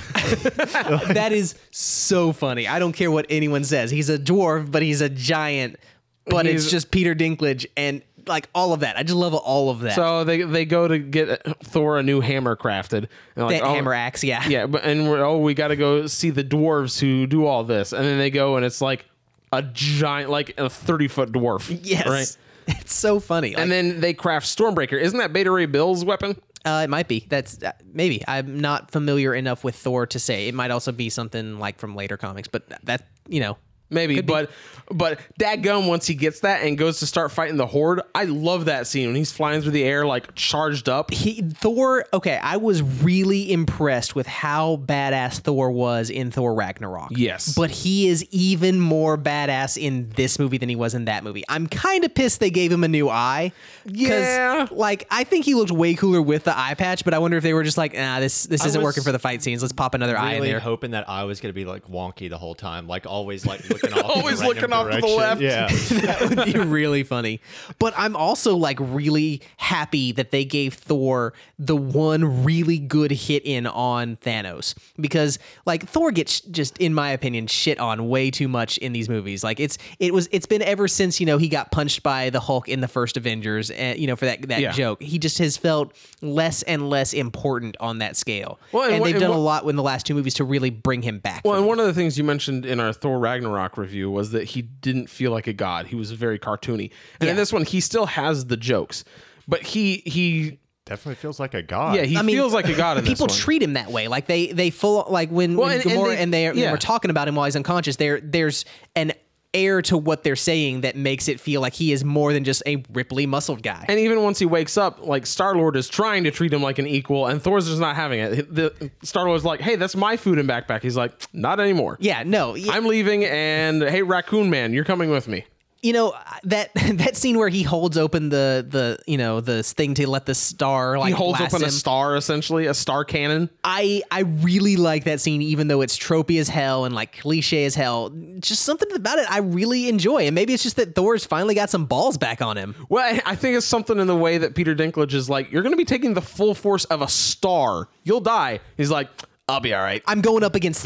Speaker 2: that is so funny. I don't care what anyone says. He's a dwarf, but he's a giant. But it's
Speaker 1: He's-
Speaker 2: just Peter Dinklage and like all of that. I just love all of that.
Speaker 1: so they they go to get Thor a new hammer crafted. And like,
Speaker 2: that
Speaker 1: oh,
Speaker 2: hammer axe, yeah.
Speaker 1: Yeah, but and we're, oh, we got to go see the dwarves who do all this, and then they go and it's like a giant, like a thirty foot dwarf.
Speaker 2: Yes.
Speaker 1: Right.
Speaker 2: It's so funny. Like,
Speaker 1: And then they craft Stormbreaker. Isn't that Beta Ray Bill's weapon?
Speaker 2: uh, it might be. That's uh, maybe. I'm not familiar enough with Thor to say. It might also be something like from later comics, but that, you know,
Speaker 1: Maybe, but but that gum once he gets that and goes to start fighting the horde, I love that scene when he's flying through the air like charged up.
Speaker 2: he Thor. Okay, I was really impressed with how badass Thor was in Thor Ragnarok.
Speaker 1: Yes.
Speaker 2: but he is even more badass in this movie than he was in that movie. I'm kind of pissed they gave him a new eye. 'cause,
Speaker 1: Yeah.
Speaker 2: like I think he looked way cooler with the eye patch, but I wonder if they were just like, nah, this this isn't
Speaker 3: was
Speaker 2: working for the fight scenes. Let's pop another eye in
Speaker 3: really
Speaker 2: there.
Speaker 3: hoping that I was gonna be like wonky the whole time, like always like looking off,
Speaker 1: Always
Speaker 3: in the random
Speaker 1: looking off to the
Speaker 3: direction.
Speaker 1: left.
Speaker 3: Yeah,
Speaker 2: that would be really funny. But I'm also like really happy that they gave Thor the one really good hit in on Thanos because like Thor gets just in my opinion shit on way too much in these movies. Like it's it was it's been ever since you know he got punched by the Hulk in the first Avengers and you know for that that
Speaker 1: Yeah.
Speaker 2: joke. He just has felt less and less important on that scale.
Speaker 1: Well, and
Speaker 2: and,
Speaker 1: what-
Speaker 2: they've
Speaker 1: and
Speaker 2: done a
Speaker 1: what-
Speaker 2: lot in the last two movies to really bring him back.
Speaker 1: Well,
Speaker 2: from
Speaker 1: and one of the things you mentioned in our Thor Ragnarok review was that he didn't feel like a god. He was very cartoony. And in this one he still has the jokes. But he he
Speaker 3: definitely feels like a god.
Speaker 1: yeah, he
Speaker 2: I mean,
Speaker 1: feels like a god in this
Speaker 2: people
Speaker 1: one.
Speaker 2: treat him that way. Like they they full like when,
Speaker 1: Well,
Speaker 2: when
Speaker 1: and- and
Speaker 2: Gamora
Speaker 1: they-
Speaker 2: and they, are
Speaker 1: yeah.
Speaker 2: were talking about him while he's unconscious. There there's an air to what they're saying that makes it feel like he is more than just a ripply muscled guy.
Speaker 1: and even once he wakes up, like Star Lord is trying to treat him like an equal, and Thor's just not having it. The Star Lord's like, "Hey, that's my food and backpack." He's like, "Not anymore.
Speaker 2: yeah, no, y-
Speaker 1: I'm leaving." And hey, Raccoon Man, you're coming with me.
Speaker 2: you know that that scene where he holds open the the you know the thing to let the star like
Speaker 1: he holds
Speaker 2: blast
Speaker 1: open a
Speaker 2: him.
Speaker 1: star essentially a star cannon
Speaker 2: I I really like that scene, even though it's tropey as hell and like cliche as hell. Just something about it I really enjoy, and maybe it's just that Thor's finally got some balls back on him.
Speaker 1: well I- i think it's something in the way that peter dinklage is like you're gonna be taking the full force of a star you'll die he's like i'll be all right
Speaker 2: I'm going up against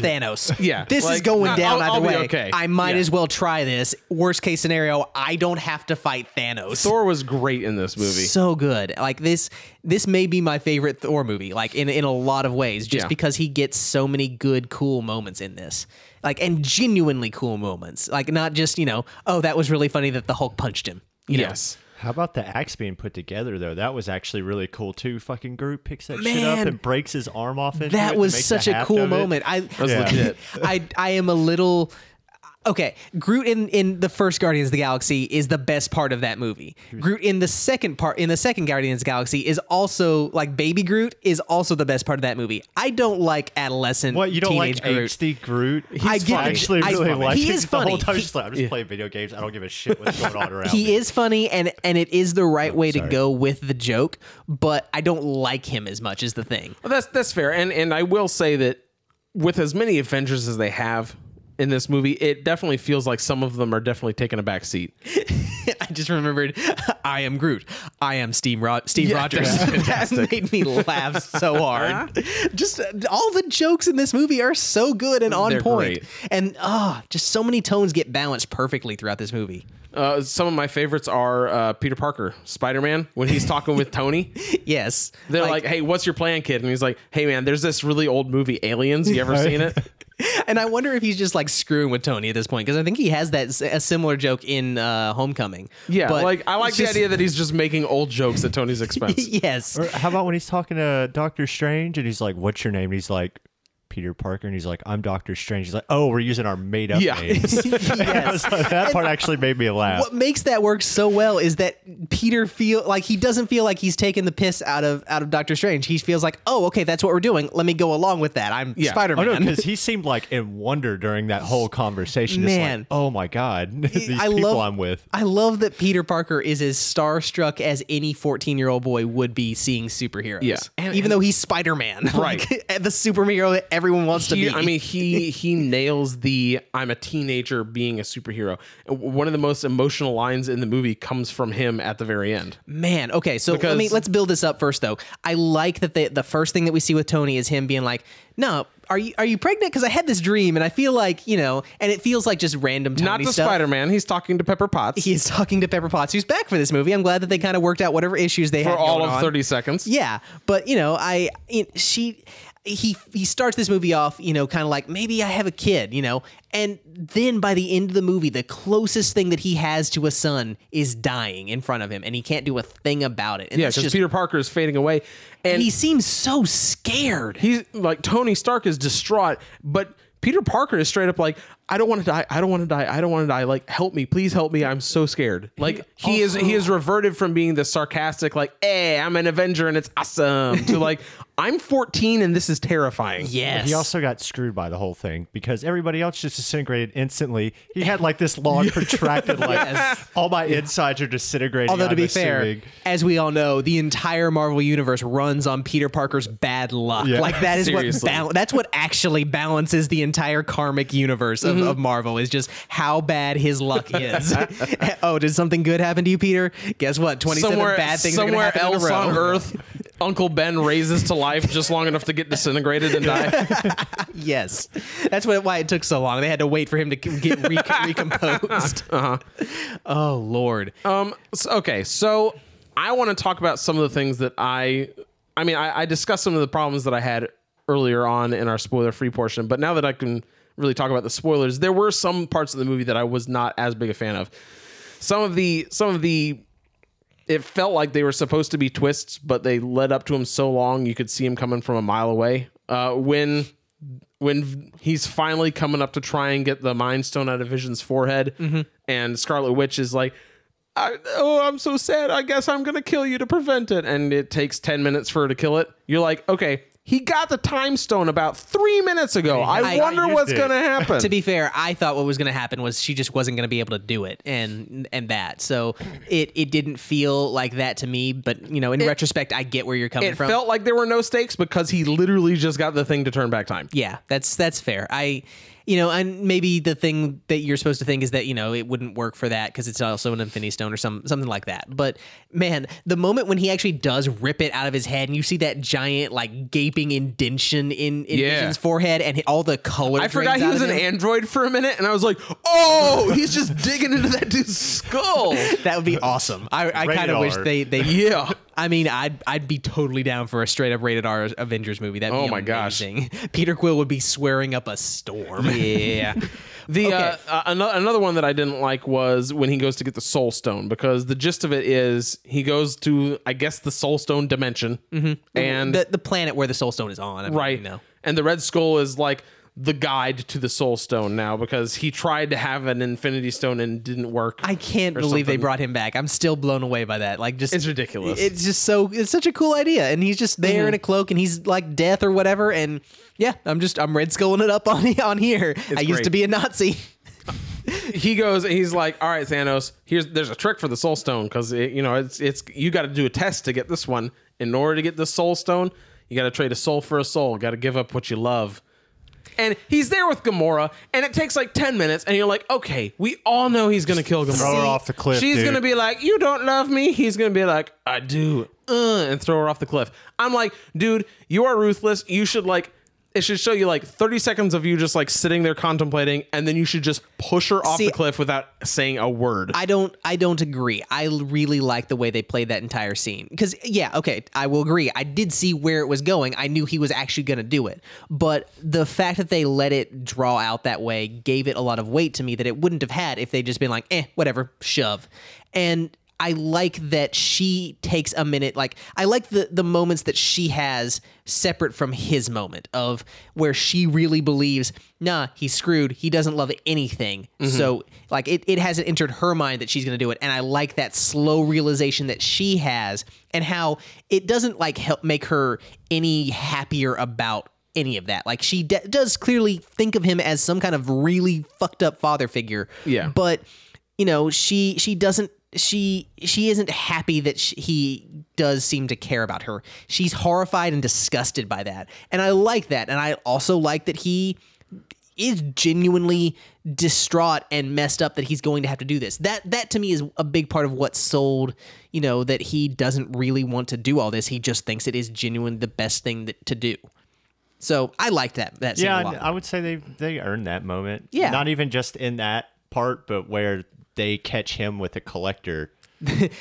Speaker 2: Thanos.
Speaker 1: Yeah,
Speaker 2: This is
Speaker 1: like,
Speaker 2: going
Speaker 1: I- I'll-
Speaker 2: down either
Speaker 1: I'll be
Speaker 2: way.
Speaker 1: okay.
Speaker 2: I might
Speaker 1: Yeah.
Speaker 2: as well try this. Worst case scenario, I don't have to fight Thanos.
Speaker 1: thor was great in this movie
Speaker 2: so good. Like this this may be my favorite Thor movie, like in in a lot of ways, just
Speaker 1: Yeah.
Speaker 2: because he gets so many good, cool moments in this. Like and genuinely cool moments. Like not just, you know, oh, that was really funny that the Hulk punched him. You know?
Speaker 1: yes
Speaker 3: How about the axe being put together though? That was actually really cool too. Fucking Groot picks that shit
Speaker 2: Man.
Speaker 3: up and breaks his arm off. into it
Speaker 2: that
Speaker 3: to
Speaker 2: was
Speaker 3: make the
Speaker 2: such a
Speaker 3: haft
Speaker 2: cool
Speaker 3: of it.
Speaker 2: moment. I
Speaker 1: was Yeah. legit.
Speaker 2: I I am a little okay. Groot in in the first Guardians of the Galaxy is the best part of that movie. Groot in the second part in the second Guardians of the Galaxy is also like baby Groot is also the best part of that movie. I don't like adolescent.
Speaker 3: What you don't
Speaker 2: teenage
Speaker 3: like
Speaker 2: Groot.
Speaker 3: HD Groot?
Speaker 2: I get
Speaker 3: I
Speaker 2: it.
Speaker 3: actually
Speaker 2: I-
Speaker 3: really like
Speaker 2: he
Speaker 3: him.
Speaker 2: is
Speaker 3: the whole
Speaker 2: funny.
Speaker 3: time.
Speaker 2: He-
Speaker 3: Just like, I'm just playing video games. I don't give a shit what's going on around.
Speaker 2: He
Speaker 3: me.
Speaker 2: is funny and and it is the right way to go with the joke, but I don't like him as much as the thing.
Speaker 1: Well, that's that's fair and and i will say that with as many avengers as they have in this movie it definitely feels like some of them are definitely taking a back seat
Speaker 2: I just remembered I am Groot. I am Steve, Ro- Steve
Speaker 1: Yeah,
Speaker 2: Rogers.
Speaker 1: that's
Speaker 2: that made me laugh so hard.
Speaker 1: Uh-huh.
Speaker 2: just uh, all the jokes in this movie are so good and on
Speaker 1: They're
Speaker 2: point.
Speaker 1: great.
Speaker 2: And ah, just so many tones get balanced perfectly throughout this movie.
Speaker 1: Uh, some of my favorites are uh, Peter Parker, Spider Man, when he's talking with Tony.
Speaker 2: Yes.
Speaker 1: They're like, "Hey, what's your plan, kid?" And he's like, "Hey, man, there's this really old movie, Aliens. You ever seen it?"
Speaker 2: and I wonder if he's just like screwing with Tony at this point because I think he has that s- a similar joke in uh, Homecoming.
Speaker 1: Yeah,
Speaker 2: But
Speaker 1: like I like
Speaker 2: it's
Speaker 1: the
Speaker 2: just-
Speaker 1: idea that he's just making old jokes at Tony's expense.
Speaker 2: Yes.
Speaker 3: Or how about when he's talking to Doctor Strange and he's like, "What's your name?" And he's like, "Peter Parker," and he's like, "I'm Doctor Strange." He's like, "Oh, we're using our made-up
Speaker 1: Yeah.
Speaker 3: names."
Speaker 2: yes.
Speaker 3: So that part actually made me laugh.
Speaker 2: what makes that work so well is that Peter feel like he doesn't feel like he's taking the piss out of out of Doctor Strange. He feels like, oh, okay, that's what we're doing. Let me go along with that. I'm
Speaker 1: Yeah.
Speaker 2: Spider
Speaker 3: Oh no,
Speaker 2: Man.
Speaker 3: because he seemed like in wonder during that whole conversation. It's
Speaker 2: Man.
Speaker 3: like, oh my god, these
Speaker 2: I
Speaker 3: people
Speaker 2: love-
Speaker 3: I'm with.
Speaker 2: I love that Peter Parker is as starstruck as any 14 year old boy would be seeing superheroes.
Speaker 1: Yeah. And-
Speaker 2: Even though he's Spider Man.
Speaker 1: Right.
Speaker 2: the superhero that everyone wants
Speaker 1: He-
Speaker 2: to be.
Speaker 1: I mean, he he nails the "I'm a teenager being a superhero." W- One of the most emotional lines in the movie comes from him at the very end.
Speaker 2: Man, okay, so let
Speaker 1: Because-
Speaker 2: me let's build this up first though. I like that the the first thing that we see with Tony is him being like, "No, are you are you pregnant? Because I had this dream and I feel like you know, and it feels like just random Tony
Speaker 1: Not to
Speaker 2: stuff."
Speaker 1: Spider Man. He's talking to Pepper Potts
Speaker 2: He is talking to Pepper Potts, who's back for this movie. I'm glad that they kind of worked out whatever issues they
Speaker 1: for
Speaker 2: had
Speaker 1: all
Speaker 2: going
Speaker 1: of
Speaker 2: on.
Speaker 1: thirty seconds.
Speaker 2: Yeah, but you know, I it- she he he starts this movie off, you know, kind of like maybe I have a kid, you know, and then by the end of the movie, the closest thing that he has to a son is dying in front of him, and he can't do a thing about it. And
Speaker 1: yeah,
Speaker 2: it's
Speaker 1: because
Speaker 2: just-
Speaker 1: Peter Parker is fading away, and
Speaker 2: he seems so scared.
Speaker 1: he's like Tony Stark is distraught, but Peter Parker is straight up like, I don't want to die, I don't want to die, I don't want to die. Like, help me, please help me. I'm so scared. Like he is he is reverted from being the sarcastic, like, hey, I'm an Avenger and it's awesome to like, I'm 14 and this is terrifying.
Speaker 2: yes.
Speaker 3: He also got screwed by the whole thing because everybody else just disintegrated instantly. He had like this long, protracted, like all my insides are disintegrating.
Speaker 2: Although to
Speaker 3: I'm
Speaker 2: be
Speaker 3: assuming.
Speaker 2: fair, as we all know, the entire Marvel universe runs on Peter Parker's bad luck.
Speaker 3: Yeah.
Speaker 2: Like that is what
Speaker 1: Seriously.
Speaker 2: bal- that's what actually balances the entire karmic universe of,
Speaker 1: Mm-hmm.
Speaker 2: of Marvel is just how bad his luck is. oh, did something good happen to you, Peter? Guess what? Twenty seven
Speaker 1: Somewhere,
Speaker 2: bad things are gonna
Speaker 1: somewhere
Speaker 2: happen in a
Speaker 1: else on
Speaker 2: row.
Speaker 1: Earth, Uncle Ben raises to life just long enough to get disintegrated and die.
Speaker 2: Yes, that's what, why it took so long. They had to wait for him to c- get re- recomposed.
Speaker 1: Uh-huh.
Speaker 2: Oh Lord.
Speaker 1: Um. so- okay. So I want to talk about some of the things that I. I mean, I, I discussed some of the problems that I had earlier on in our spoiler-free portion, but now that I can really talk about the spoilers, there were some parts of the movie that I was not as big a fan of. Some of the some of the it felt like they were supposed to be twists, but they led up to him so long you could see him coming from a mile away. Uh, when when v- he's finally coming up to try and get the Mind Stone out of Vision's forehead, and Scarlet Witch is like, I, "Oh, I'm so sad. I guess I'm gonna kill you to prevent it." And it takes ten minutes for her to kill it. You're like, "Okay, he got the Time Stone about three minutes ago. I,
Speaker 2: I
Speaker 1: wonder
Speaker 3: used
Speaker 1: what's
Speaker 3: it."
Speaker 1: gonna happen."
Speaker 2: to be fair, I thought what was going to happen was she just wasn't going to be able to do it, and and that. So it it didn't feel like that to me. But you know, in retrospect, I get where you're coming
Speaker 1: it
Speaker 2: from.
Speaker 1: felt like there were no stakes because he literally just got the thing to turn back time.
Speaker 2: yeah, that's that's fair. I. You know, and maybe the thing that you're supposed to think is that you know it wouldn't work for that because it's also an Infinity Stone or some something like that. But man, the moment when he actually does rip it out of his head and you see that giant like gaping indention in, in
Speaker 1: Yeah.
Speaker 2: Vision's forehead and all the color,
Speaker 1: I forgot
Speaker 2: drains
Speaker 1: he
Speaker 2: out
Speaker 1: was
Speaker 2: of
Speaker 1: an
Speaker 2: him.
Speaker 1: android for a minute, and I was like, "Oh, he's just digging into that dude's skull."
Speaker 2: That would be awesome. I, I kind
Speaker 3: Rated
Speaker 2: of wish
Speaker 3: R.
Speaker 2: they they
Speaker 1: Yeah.
Speaker 2: I mean, I'd I'd be totally down for a straight up rated R Avengers movie. That'd
Speaker 1: Oh
Speaker 2: be
Speaker 1: my gosh.
Speaker 2: amazing. Peter Quill would be swearing up a storm. Yeah.
Speaker 1: The
Speaker 2: Okay.
Speaker 1: uh, another another one that I didn't like was when he goes to get the Soul Stone because the gist of it is he goes to I guess the Soul Stone dimension and
Speaker 2: the the planet where the Soul Stone is on. I mean,
Speaker 1: right
Speaker 2: You know.
Speaker 1: and the Red Skull is like the guide to the Soul Stone now because he tried to have an Infinity Stone and didn't work.
Speaker 2: I can't believe they brought him back. I'm still blown away by that. Like just
Speaker 1: It's ridiculous. Mm-hmm.
Speaker 2: It's just so it's such a cool idea. And he's just there in a cloak and he's like death or whatever. And yeah, I'm just I'm red skulling it up on on here. I used
Speaker 1: great.
Speaker 2: to be a Nazi.
Speaker 1: he goes and he's like, "All right, Thanos, here's there's a trick for the Soul Stone because you know it's it's you got to do a test to get this one. In order to get the Soul Stone, you got to trade a soul for a soul. Got to give up what you love." and he's there with Gamora, and it takes like ten minutes, and you're like, okay, we all know he's gonna kill Gamora.
Speaker 6: throw her off the cliff,
Speaker 1: She's
Speaker 6: dude.
Speaker 1: gonna be like, you don't love me. He's gonna be like, I do, uh, and throw her off the cliff. I'm like, dude, you are ruthless. You should like. It should show you like 30 seconds of you just like sitting there contemplating, and then you should just push her off
Speaker 2: See,
Speaker 1: the cliff without saying a word.
Speaker 2: I don't I don't agree. I l- really like the way they played that entire scene. Cuz yeah, okay, I will agree. I did see where it was going. I knew he was actually going to do it. But the fact that they let it draw out that way gave it a lot of weight to me that it wouldn't have had if they'd just been like, "Eh, whatever, shove." And I like that she takes a minute. Like I like the the moments that she has separate from his moment of where she really believes, nah, he's screwed. He doesn't love anything. So like it it hasn't entered her mind that she's gonna do it. And I like that slow realization that she has and how it doesn't like help make her any happier about any of that. Like she d- does clearly think of him as some kind of really fucked up father figure.
Speaker 1: Yeah.
Speaker 2: But you know, she she doesn't she she isn't happy that sh he does seem to care about her. She's horrified and disgusted by that. And I like that. And I also like that he is genuinely distraught and messed up that he's going to have to do this. That that to me is a big part of what sold, you know, that he doesn't really want to do all this. He just thinks it is genuine the best thing that, to do. So I like that that scene
Speaker 3: yeah,
Speaker 2: a lot.
Speaker 3: and I would say they they earned that moment.
Speaker 2: Yeah.
Speaker 3: not even just in that part, but where they catch him with a collector,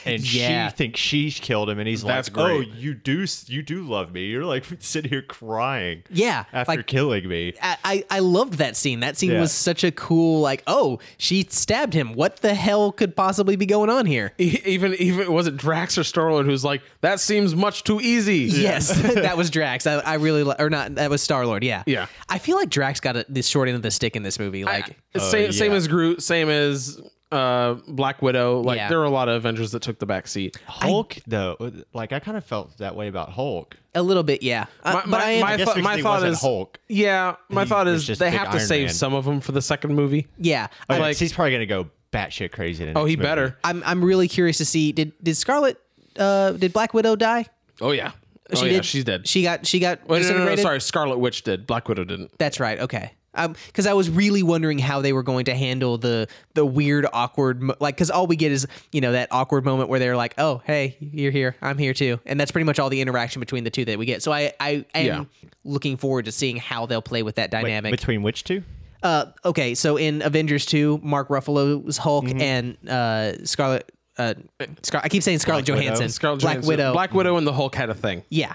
Speaker 3: and
Speaker 2: Yeah.
Speaker 3: she thinks she's killed him, and he's
Speaker 1: That's
Speaker 3: like, "Oh,
Speaker 1: great.
Speaker 3: you do s- you do love me? You're like sitting here crying,
Speaker 2: Yeah,
Speaker 3: after
Speaker 2: like-
Speaker 3: killing me."
Speaker 2: I, I I loved that scene. That scene
Speaker 3: Yeah.
Speaker 2: was such a cool, like, oh, she stabbed him. What the hell could possibly be going on here?
Speaker 1: E- even even was it Drax or Starlord who's like that seems much too easy.
Speaker 2: Yes, that was Drax. I, I really, li- or not, that was Star Lord. Yeah.
Speaker 1: Yeah.
Speaker 2: I feel like Drax got a, the short end of the stick in this movie. Like,
Speaker 1: uh, same same as Groot, same as uh, Black Widow. Like
Speaker 2: Yeah.
Speaker 1: there were a lot of Avengers that took the back seat.
Speaker 3: Hulk though, uh, like I kind of felt that way about Hulk.
Speaker 2: a little bit, yeah. Uh,
Speaker 1: My,
Speaker 2: but
Speaker 1: my,
Speaker 2: I am,
Speaker 1: my,
Speaker 3: I guess
Speaker 1: thought-
Speaker 3: because
Speaker 1: my
Speaker 3: he
Speaker 1: thought
Speaker 3: wasn't
Speaker 1: is
Speaker 3: Hulk.
Speaker 1: Yeah, my
Speaker 3: He
Speaker 1: thought
Speaker 3: was
Speaker 1: is
Speaker 3: just
Speaker 1: they
Speaker 3: big
Speaker 1: have to
Speaker 3: Iron
Speaker 1: save
Speaker 3: Man.
Speaker 1: some of them for the second movie.
Speaker 2: yeah.
Speaker 3: Okay,
Speaker 2: I'm,
Speaker 1: like-
Speaker 3: he's probably gonna go batshit crazy. In
Speaker 1: Oh, he
Speaker 3: this movie.
Speaker 1: better.
Speaker 2: I'm, I'm really curious to see. Did did Scarlet, uh, did Black Widow die?
Speaker 1: Oh yeah, oh yeah, she's dead.
Speaker 2: She got, she got.
Speaker 1: Wait, Oh, no, no, no,
Speaker 2: disintegrated?
Speaker 1: sorry, Scarlet Witch did. Black Widow didn't. Oh,
Speaker 2: That's right. Okay. Um, because I was really wondering how they were going to handle the the weird, awkward, mo- like because all we get is you know that awkward moment where they're like, "Oh, hey, you're here, I'm here too," and that's pretty much all the interaction between the two that we get. So I I am
Speaker 1: Yeah.
Speaker 2: looking forward to seeing how they'll play with that dynamic.
Speaker 3: between which two?
Speaker 2: uh, okay, so in Avengers two, Mark Ruffalo's Hulk
Speaker 1: Mm-hmm.
Speaker 2: and uh, Scarlet. Uh, Scar- I keep saying Scarlett
Speaker 3: Black Widow?
Speaker 2: Johansson,
Speaker 1: Scarlet
Speaker 2: Black
Speaker 1: Johansson-
Speaker 2: Widow.
Speaker 1: Black Widow, and the Hulk had a thing.
Speaker 2: yeah,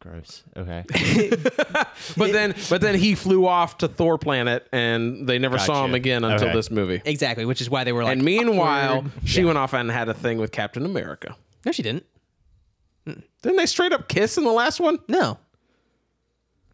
Speaker 3: Gross. Okay.
Speaker 1: But then, but then he flew off to Thor planet, and they never saw
Speaker 3: Gotcha.
Speaker 1: him again until
Speaker 3: Okay.
Speaker 1: this movie.
Speaker 2: exactly. Which is why they were like.
Speaker 1: and meanwhile,
Speaker 2: awkward.
Speaker 1: she went off and had a thing with Captain America.
Speaker 2: no, she didn't.
Speaker 1: Didn't they straight up kiss in the last one?
Speaker 2: No.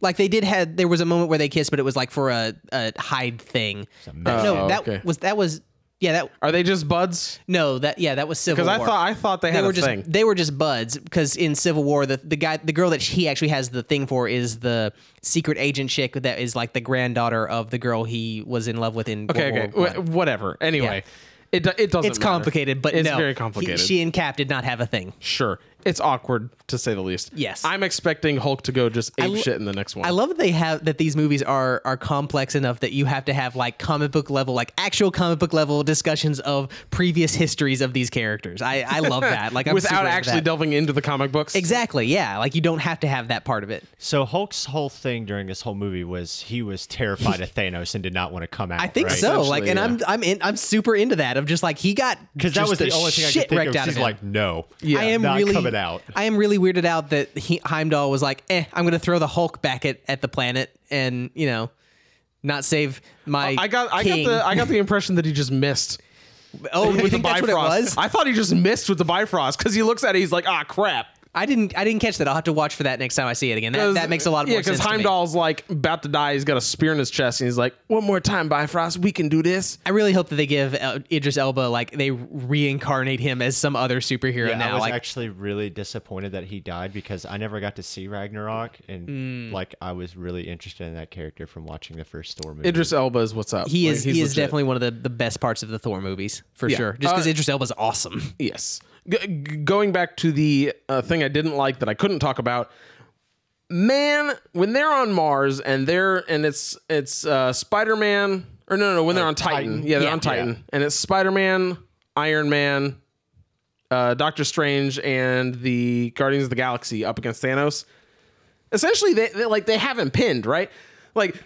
Speaker 2: Like they did had there was a moment where they kissed, but it was like for a, a hide thing. That- no,
Speaker 1: Oh,
Speaker 2: that
Speaker 1: okay.
Speaker 2: was that was yeah that
Speaker 1: Are they just buds?
Speaker 2: no that yeah that was civil
Speaker 1: Because I
Speaker 2: War.
Speaker 1: thought I thought they,
Speaker 2: they
Speaker 1: had
Speaker 2: were
Speaker 1: a
Speaker 2: just
Speaker 1: thing.
Speaker 2: they were just buds because in Civil War the the guy the girl that he actually has the thing for is the secret agent chick that is like the granddaughter of the girl he was in love with in
Speaker 1: okay,
Speaker 2: World
Speaker 1: okay,
Speaker 2: War One.
Speaker 1: Wh- whatever. Anyway, it do- it doesn't.
Speaker 2: It's
Speaker 1: matter.
Speaker 2: complicated, but
Speaker 1: it's
Speaker 2: no,
Speaker 1: very
Speaker 2: he-
Speaker 1: complicated.
Speaker 2: she and Cap did not have a thing.
Speaker 1: sure, it's awkward to say the least.
Speaker 2: Yes.
Speaker 1: I'm expecting Hulk to go just ape
Speaker 2: lo-
Speaker 1: shit in the next one.
Speaker 2: I love that they have that these movies are are complex enough that you have to have like comic book level, like actual comic book level discussions of previous histories of these characters. I I love that. Like I'm super
Speaker 1: without
Speaker 2: into
Speaker 1: actually
Speaker 2: that.
Speaker 1: delving into the comic books.
Speaker 2: exactly yeah. Like you don't have to have that part of it.
Speaker 3: So Hulk's whole thing during this whole movie was he was terrified of Thanos and did not want to come out.
Speaker 2: I think
Speaker 3: right?
Speaker 2: so. Like,
Speaker 1: Essentially,
Speaker 2: and I'm I'm in, I'm super into that. Of just like he got
Speaker 3: because that
Speaker 2: just
Speaker 3: was the, only thing I
Speaker 2: shit
Speaker 3: could think
Speaker 2: wrecked
Speaker 3: of.
Speaker 2: out
Speaker 3: He's
Speaker 2: him.
Speaker 3: like, no,
Speaker 2: I am
Speaker 3: not
Speaker 2: really
Speaker 3: coming out.
Speaker 2: I am really weirded out that he, Heimdall was like, "Eh, I'm going to throw the Hulk back at, at the planet and you know, not save my."
Speaker 1: I got I
Speaker 2: king."
Speaker 1: got the I got the impression that he just missed.
Speaker 2: oh, you
Speaker 1: with
Speaker 2: think
Speaker 1: the
Speaker 2: that's what
Speaker 1: Bifrost.
Speaker 2: it was?
Speaker 1: I thought he just missed with the Bifrost because he looks at it, he's like, ah, crap.
Speaker 2: I didn't. I didn't catch that. I'll have to watch for that next time I see it again. That,
Speaker 1: 'Cause-
Speaker 2: that makes a lot
Speaker 1: yeah,
Speaker 2: more sense.
Speaker 1: because
Speaker 2: to me.
Speaker 1: Heimdall's like about to die. He's got a spear in his chest, and he's like, one more time, Bifrost, we can do this.
Speaker 2: I really hope that they give uh, Idris Elba like they reincarnate him as some other superhero
Speaker 3: Yeah, I
Speaker 2: now.
Speaker 3: was
Speaker 2: Like,
Speaker 3: actually really disappointed that he died because I never got to see Ragnarok, and like I was really interested in that character from watching the first Thor movie.
Speaker 1: Idris Elba is what's up.
Speaker 2: he
Speaker 1: Like,
Speaker 2: is. he is
Speaker 1: legit.
Speaker 2: definitely one of the, the best parts of the Thor movies for
Speaker 1: Yeah.
Speaker 2: sure. Just because
Speaker 1: Uh,
Speaker 2: Idris Elba's awesome.
Speaker 1: yes. G- g- going back to the uh, thing I didn't like that I couldn't talk about. man, when they're on Mars and they're and it's it's uh, Spider Man or no no no when they're on Uh, Titan,
Speaker 3: Titan.
Speaker 1: yeah they're
Speaker 2: Yeah.
Speaker 1: on Titan and it's Spider Man, Iron Man, uh, Doctor Strange and the Guardians of the Galaxy up against Thanos. Essentially, they, they like they haven't pinned right, like.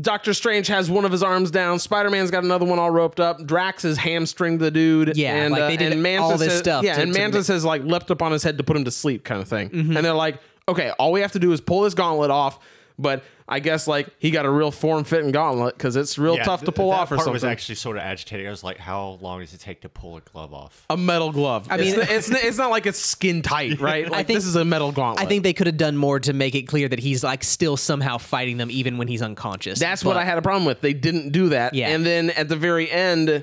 Speaker 1: Doctor Strange has one of his arms down. Spider Man's got another one all roped up. Drax has hamstringed the dude.
Speaker 2: Yeah,
Speaker 1: and,
Speaker 2: like,
Speaker 1: uh,
Speaker 2: they did
Speaker 1: and
Speaker 2: all
Speaker 1: Mantis
Speaker 2: this
Speaker 1: has-
Speaker 2: stuff
Speaker 1: Yeah,
Speaker 2: to- Mm-hmm.
Speaker 1: and
Speaker 2: to
Speaker 1: Mantis has like leapt up on his head to put him to sleep, kind of thing. And they're like, okay, all we have to do is pull this gauntlet off. But I guess like he got a real form fitting gauntlet because it's real tough to pull
Speaker 3: that
Speaker 1: off or
Speaker 3: part
Speaker 1: something.
Speaker 3: was actually sort of agitating. I was like, how long does it take to pull a glove off?
Speaker 1: a metal glove. I mean,
Speaker 2: mean-
Speaker 1: it's, it's it's not like it's skin tight, right? Like
Speaker 2: think-
Speaker 1: this is a metal gauntlet.
Speaker 2: I think they could have done more to make it clear that he's like still somehow fighting them even when he's unconscious.
Speaker 1: That's what I had a problem with. They didn't do that.
Speaker 2: Yeah.
Speaker 1: And then at the very end,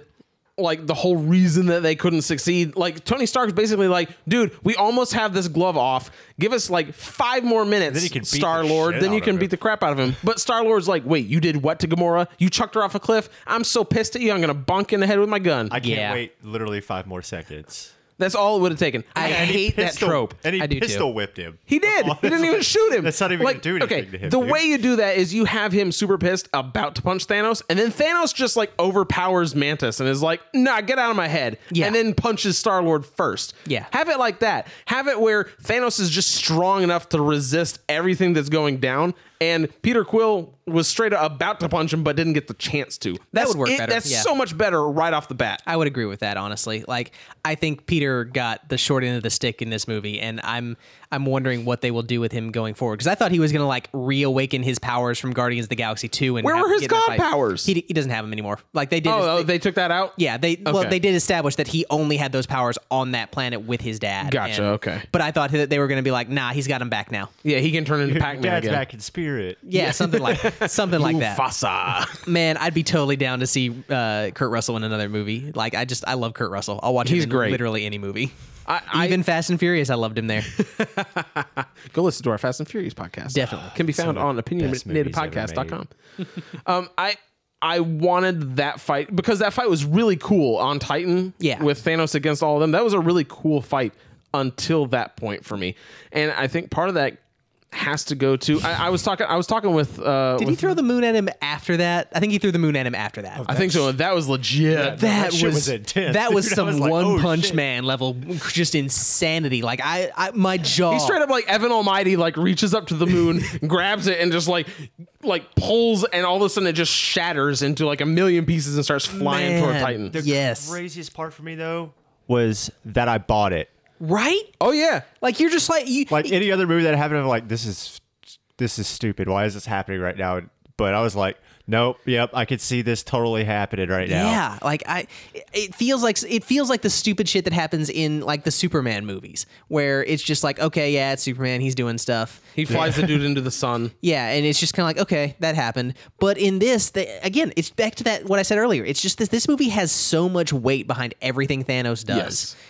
Speaker 1: like the whole reason that they couldn't succeed, like Tony Stark's basically like, dude, we almost have this glove off. Give us like five more minutes,
Speaker 3: then you can beat the
Speaker 1: Star Lord.
Speaker 3: shit
Speaker 1: Then you
Speaker 3: out
Speaker 1: can
Speaker 3: of
Speaker 1: beat
Speaker 3: him."
Speaker 1: the crap out of him. But Star Lord's like, wait, you did what to Gamora? You chucked her off a cliff? I'm so pissed at you. I'm gonna bonk in the head with my gun.
Speaker 3: I can't
Speaker 2: Yeah.
Speaker 3: wait literally five more seconds.
Speaker 1: That's all it would have taken. I,
Speaker 2: And he
Speaker 1: hate that
Speaker 3: Pistol-
Speaker 1: trope.
Speaker 3: And he
Speaker 2: I do too.
Speaker 3: pistol whipped him.
Speaker 1: He did. He didn't even shoot him.
Speaker 3: That's not even gonna do anything to him,
Speaker 1: The
Speaker 3: dude.
Speaker 1: way you do that is you have him super pissed, about to punch Thanos, and then Thanos just like overpowers Mantis and is like, "Nah, get out of my head,"
Speaker 2: Yeah.
Speaker 1: and then punches Star Lord first.
Speaker 2: Yeah.
Speaker 1: have it like that. Have it where Thanos is just strong enough to resist everything that's going down, and Peter Quill was straight up about to punch him but didn't get the chance to. That's
Speaker 2: would work
Speaker 1: it.
Speaker 2: better,
Speaker 1: That's
Speaker 2: yeah.
Speaker 1: so much better right off the bat.
Speaker 2: I would agree with that honestly. Like I think Peter got the short end of the stick in this movie and I'm I'm wondering what they will do with him going forward cuz I thought he was going to like reawaken his powers from Guardians of the Galaxy 2 and
Speaker 1: Where
Speaker 2: have-
Speaker 1: were his
Speaker 2: get in a
Speaker 1: god
Speaker 2: fight.
Speaker 1: powers?
Speaker 2: He, he doesn't have them anymore. Like they did his-
Speaker 1: oh, oh, they took that out.
Speaker 2: Yeah, they well
Speaker 1: Okay.
Speaker 2: they did establish that he only had those powers on that planet with his dad.
Speaker 1: Gotcha, okay.
Speaker 2: But I thought that they were going to be like, "Nah, he's got him back now."
Speaker 1: yeah, he can turn into
Speaker 3: Your
Speaker 1: Pac-Man
Speaker 3: dad's
Speaker 1: again.
Speaker 3: back in spirit.
Speaker 2: Yeah, something like something like that.
Speaker 1: Mufasa.
Speaker 2: Man, I'd be totally down to see uh, Kurt Russell in another movie. Like, I just I love Kurt Russell. I'll watch
Speaker 1: He's
Speaker 2: him in
Speaker 1: great.
Speaker 2: literally any movie.
Speaker 1: I, I
Speaker 2: Even Fast and Furious, I loved him there.
Speaker 1: go listen to our Fast and Furious podcast.
Speaker 2: Definitely.
Speaker 1: Can be found
Speaker 3: of the
Speaker 1: on
Speaker 3: best movies ever
Speaker 1: opinionatedpodcast.com. um, I I wanted that fight because that fight was really cool on Titan
Speaker 2: Yeah.
Speaker 1: with Thanos against all of them. That was a really cool fight until that point for me. And I think part of that has to go to I, I was talking I was talking with uh
Speaker 2: Did he
Speaker 1: with-
Speaker 2: throw the moon at him after that? I think he threw the moon at him after that.
Speaker 1: I think so. and That was legit.
Speaker 2: that
Speaker 3: That shit was intense,
Speaker 2: That was
Speaker 3: dude. I
Speaker 2: some
Speaker 3: was like,
Speaker 2: one
Speaker 3: "Oh,
Speaker 2: punch
Speaker 3: shit."
Speaker 2: man level, just insanity. Like I, I my jaw.
Speaker 1: He straight up like Evan Almighty like reaches up to the moon, grabs it, and just like like pulls, and all of a sudden it just shatters into like a million pieces and starts flying toward
Speaker 2: Man.
Speaker 1: Titan.
Speaker 2: The- Yes.
Speaker 3: Craziest part for me though was that I bought it.
Speaker 2: right?
Speaker 1: oh yeah,
Speaker 2: Like you're just like you.
Speaker 3: Like any other movie that happened, I'm like, this is this is stupid. Why is this happening right now? But I was like, nope, yep, I could see this totally happening right now.
Speaker 2: Yeah, like I, it feels like it feels like the stupid shit that happens in like the Superman movies, where it's just like, okay, yeah, it's Superman, he's doing stuff,
Speaker 1: he flies the dude into the sun.
Speaker 2: yeah, and it's just kind of like, okay, that happened. But in this, they, again, it's back to that what I said earlier. It's just this this movie has so much weight behind everything Thanos does.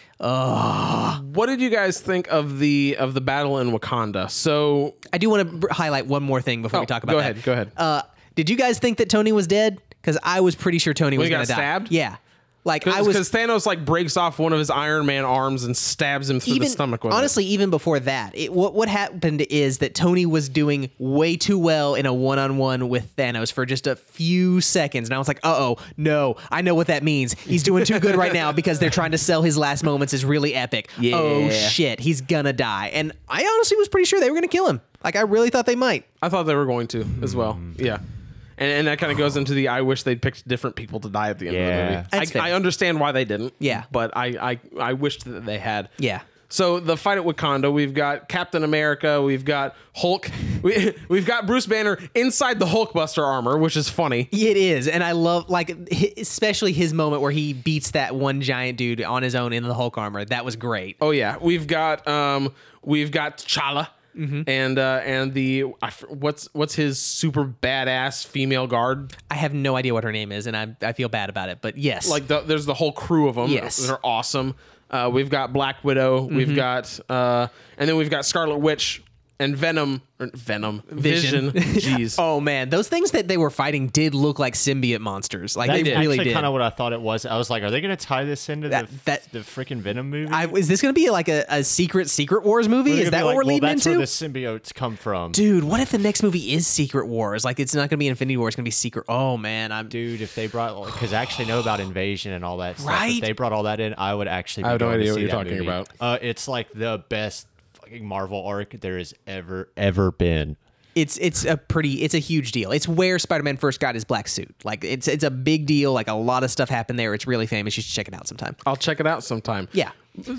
Speaker 1: What did you guys think of the of the battle in Wakanda? So
Speaker 2: I do want to br- highlight one more thing before
Speaker 1: Oh,
Speaker 2: we talk about
Speaker 1: go
Speaker 2: that.
Speaker 1: ahead, go ahead.
Speaker 2: Uh, did you guys think that Tony was dead? Because I was pretty sure Tony was
Speaker 1: he got
Speaker 2: gonna die.
Speaker 1: stabbed?
Speaker 2: Yeah, like I was
Speaker 1: because Thanos like breaks off one of his Iron Man arms and stabs him through
Speaker 2: even
Speaker 1: the stomach with it.
Speaker 2: honestly even before that it, what what happened is that Tony was doing way too well in a one on one with Thanos for just a few seconds and I was like uh oh no I know what that means he's doing too good right now because they're trying to sell his last moments is really epic oh shit he's gonna die and I honestly was pretty sure they were gonna kill him like I really thought they might
Speaker 1: I thought they were going to as well. Yeah. And, and that kind of goes into the I wish they'd picked different people to die at the end
Speaker 3: Yeah.
Speaker 1: of the
Speaker 2: That's
Speaker 1: movie.
Speaker 2: fair.
Speaker 1: I, I understand why they didn't.
Speaker 2: Yeah.
Speaker 1: But I, I, I wished that they had.
Speaker 2: Yeah.
Speaker 1: So the fight at Wakanda, we've got Captain America, we've got Hulk, we, we've got Bruce Banner inside the Hulkbuster armor, which is funny.
Speaker 2: It is, and I love like hi- especially his moment where he beats that one giant dude on his own in the Hulk armor. That was great.
Speaker 1: Oh yeah, we've got um, we've got T'Challa
Speaker 2: Mm-hmm.
Speaker 1: and uh, and the I f- what's what's his super badass female guard
Speaker 2: I have no idea what her name is, and I, I feel bad about it. But yes,
Speaker 1: like the, there's the whole crew of them.
Speaker 2: Yes.
Speaker 1: they're Mm-hmm. awesome. Uh, we've got Black Widow. We've got uh, and then we've got Scarlet Witch and Venom, or Venom, Vision. Jeez,
Speaker 2: Oh man, those things that they were fighting did look like symbiote monsters. Like they
Speaker 3: That's
Speaker 2: really
Speaker 3: actually
Speaker 2: did.
Speaker 3: kind of what I thought it was. I was like, are they going to tie this into
Speaker 2: That-
Speaker 3: the f-
Speaker 2: that-
Speaker 3: the freaking Venom movie?
Speaker 2: I, is this going to be like a, a secret Secret Wars movie?
Speaker 3: They're
Speaker 2: Is
Speaker 3: gonna be
Speaker 2: that
Speaker 3: like,
Speaker 2: what we're
Speaker 3: well,
Speaker 2: leading
Speaker 3: that's
Speaker 2: into?
Speaker 3: Where the symbiotes come from, dude.
Speaker 2: Dude, what if the next movie is Secret Wars? Like it's not going to be Infinity War. It's going to be Secret. Oh man, I'm
Speaker 3: If they brought, because I actually know about invasion and all that stuff.
Speaker 2: Right?
Speaker 3: If they brought all that in, I would actually. Be
Speaker 1: I have no
Speaker 3: going to
Speaker 1: idea what
Speaker 3: see
Speaker 1: you're
Speaker 3: that
Speaker 1: talking
Speaker 3: movie.
Speaker 1: about.
Speaker 3: Uh, it's like the best fucking Marvel arc there has ever ever been.
Speaker 2: it's it's a pretty it's a huge deal. It's where Spider-Man first got his black suit. Like it's it's a big deal. Like a lot of stuff happened there. It's really famous. You should check it out sometime.
Speaker 1: I'll check it out sometime.
Speaker 2: Yeah.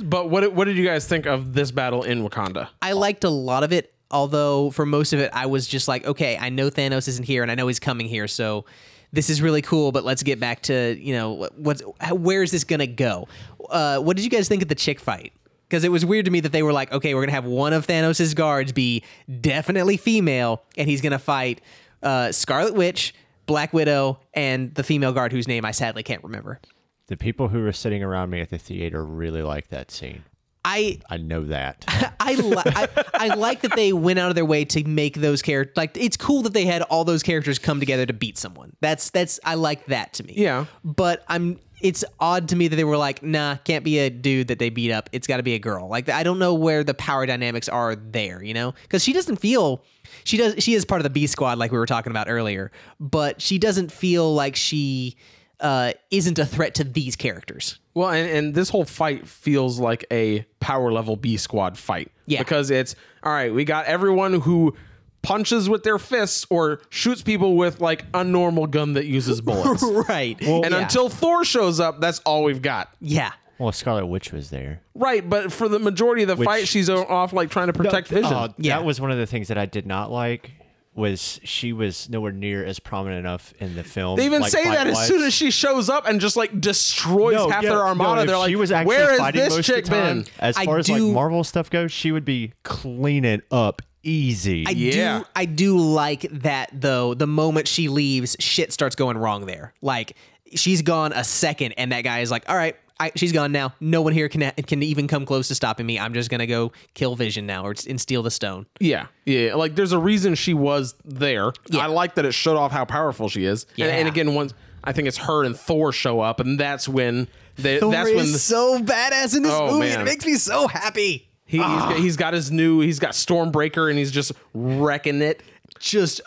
Speaker 1: but what what did you guys think of this battle in Wakanda?
Speaker 2: I liked a lot of it, although for most of it, I was just like, okay, I know Thanos isn't here, and I know he's coming here, so this is really cool. But let's get back to you know what- what's how, where is this gonna go? Uh, what did you guys think of the chick fight? Because it was weird to me that they were like, okay, we're gonna have one of Thanos' guards be definitely female, and he's gonna fight uh, Scarlet Witch, Black Widow, and the female guard whose name I sadly can't remember.
Speaker 3: The people who were sitting around me at the theater really liked that scene.
Speaker 2: I
Speaker 3: I know that.
Speaker 2: I, li- I I like that they went out of their way to make those characters like it's cool that they had all those characters come together to beat someone. That's that's I like that to me.
Speaker 1: Yeah.
Speaker 2: But I'm it's odd to me that they were like, nah, can't be a dude that they beat up. It's got to be a girl. Like I don't know where the power dynamics are there, you know? Cuz she doesn't feel she does she is part of the B squad like we were talking about earlier, but she doesn't feel like she uh, isn't a threat to these characters.
Speaker 1: Well, and, and this whole fight feels like a power level B squad fight.
Speaker 2: Yeah.
Speaker 1: Because it's all right, we got everyone who punches with their fists or shoots people with like a normal gun that uses bullets.
Speaker 2: right.
Speaker 1: and
Speaker 2: yeah.
Speaker 1: until Thor shows up, that's all we've got.
Speaker 2: yeah.
Speaker 3: well, Scarlet Witch was there.
Speaker 1: Right, but for the majority of the fight, she's o- off like trying to protect Vision.
Speaker 3: Uh,
Speaker 2: Yeah.
Speaker 3: That was one of the things that I did not like was she was nowhere near as prominent enough in the film.
Speaker 1: they even
Speaker 3: like,
Speaker 1: say that as
Speaker 3: fight-wise.
Speaker 1: soon as she shows up and just like destroys
Speaker 3: No,
Speaker 1: half
Speaker 3: yeah,
Speaker 1: their
Speaker 3: no,
Speaker 1: armada.
Speaker 3: if
Speaker 1: They're like,
Speaker 3: she was actually
Speaker 1: "Where has
Speaker 3: fighting
Speaker 1: this
Speaker 3: most of the
Speaker 1: chick
Speaker 3: time,
Speaker 1: been?"
Speaker 3: As
Speaker 2: I
Speaker 3: far as like
Speaker 2: do-
Speaker 3: Marvel stuff goes, she would be cleaning up easy.
Speaker 2: I
Speaker 1: Yeah.
Speaker 2: do I do like that though. The moment she leaves, shit starts going wrong there. Like she's gone a second and that guy is like, "All right, I, she's gone now. No one here can can even come close to stopping me. I'm just going to go kill Vision now or s- and steal the stone."
Speaker 1: Yeah, yeah. Like, there's a reason she was there. I like that it showed off how powerful she is. And- And,
Speaker 2: Yeah.
Speaker 1: again, once I think it's her and Thor show up, and that's when they, that's when the,
Speaker 2: so badass in this
Speaker 1: Oh, movie, and it man. makes
Speaker 2: me so happy.
Speaker 1: he, he's
Speaker 3: ah.
Speaker 1: got- he's got his new he's got Stormbreaker, and he's just wrecking it.
Speaker 2: Just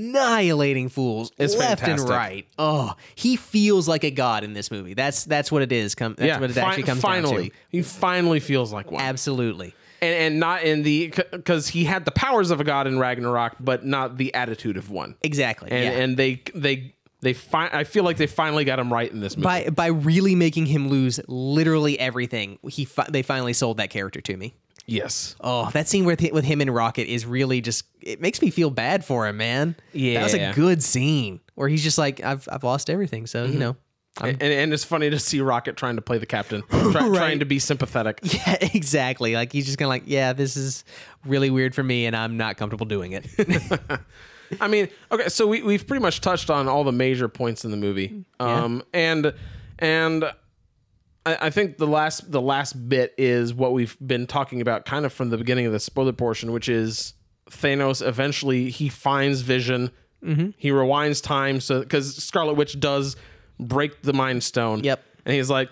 Speaker 2: annihilating fools
Speaker 1: It's
Speaker 2: left
Speaker 1: fantastic.
Speaker 2: and right. Oh, he feels like a god in this movie. That's that's what it is. Come, that's
Speaker 1: yeah,
Speaker 2: what it
Speaker 1: fi-
Speaker 2: actually comes
Speaker 1: finally,
Speaker 2: down to.
Speaker 1: he finally feels like one,
Speaker 2: Absolutely.
Speaker 1: and and not in the because he had the powers of a god in Ragnarok, but not the attitude of one.
Speaker 2: Exactly.
Speaker 1: And
Speaker 2: yeah.
Speaker 1: and they they they fi- I feel like they finally got him right in this movie.
Speaker 2: by by really making him lose literally everything he fi- they finally sold that character to me
Speaker 1: yes.
Speaker 2: oh that scene with hi- with him and rocket is really just it makes me feel bad for him man that was
Speaker 1: Yeah.
Speaker 2: a good scene where he's just like i've i've lost everything so you know
Speaker 1: and, and it's funny to see Rocket trying to play the captain, try, trying to be sympathetic.
Speaker 2: yeah exactly like he's just kind of like yeah this is really weird for me and i'm not comfortable doing it
Speaker 1: I mean, okay, so we, we've pretty much touched on all the major points in the movie, um, and and I, I think the last the last bit is what we've been talking about, kind of from the beginning of the spoiler portion, which is Thanos. Eventually, he finds Vision. He rewinds time so because Scarlet Witch does break the Mind Stone.
Speaker 2: Yep.
Speaker 1: and he's like,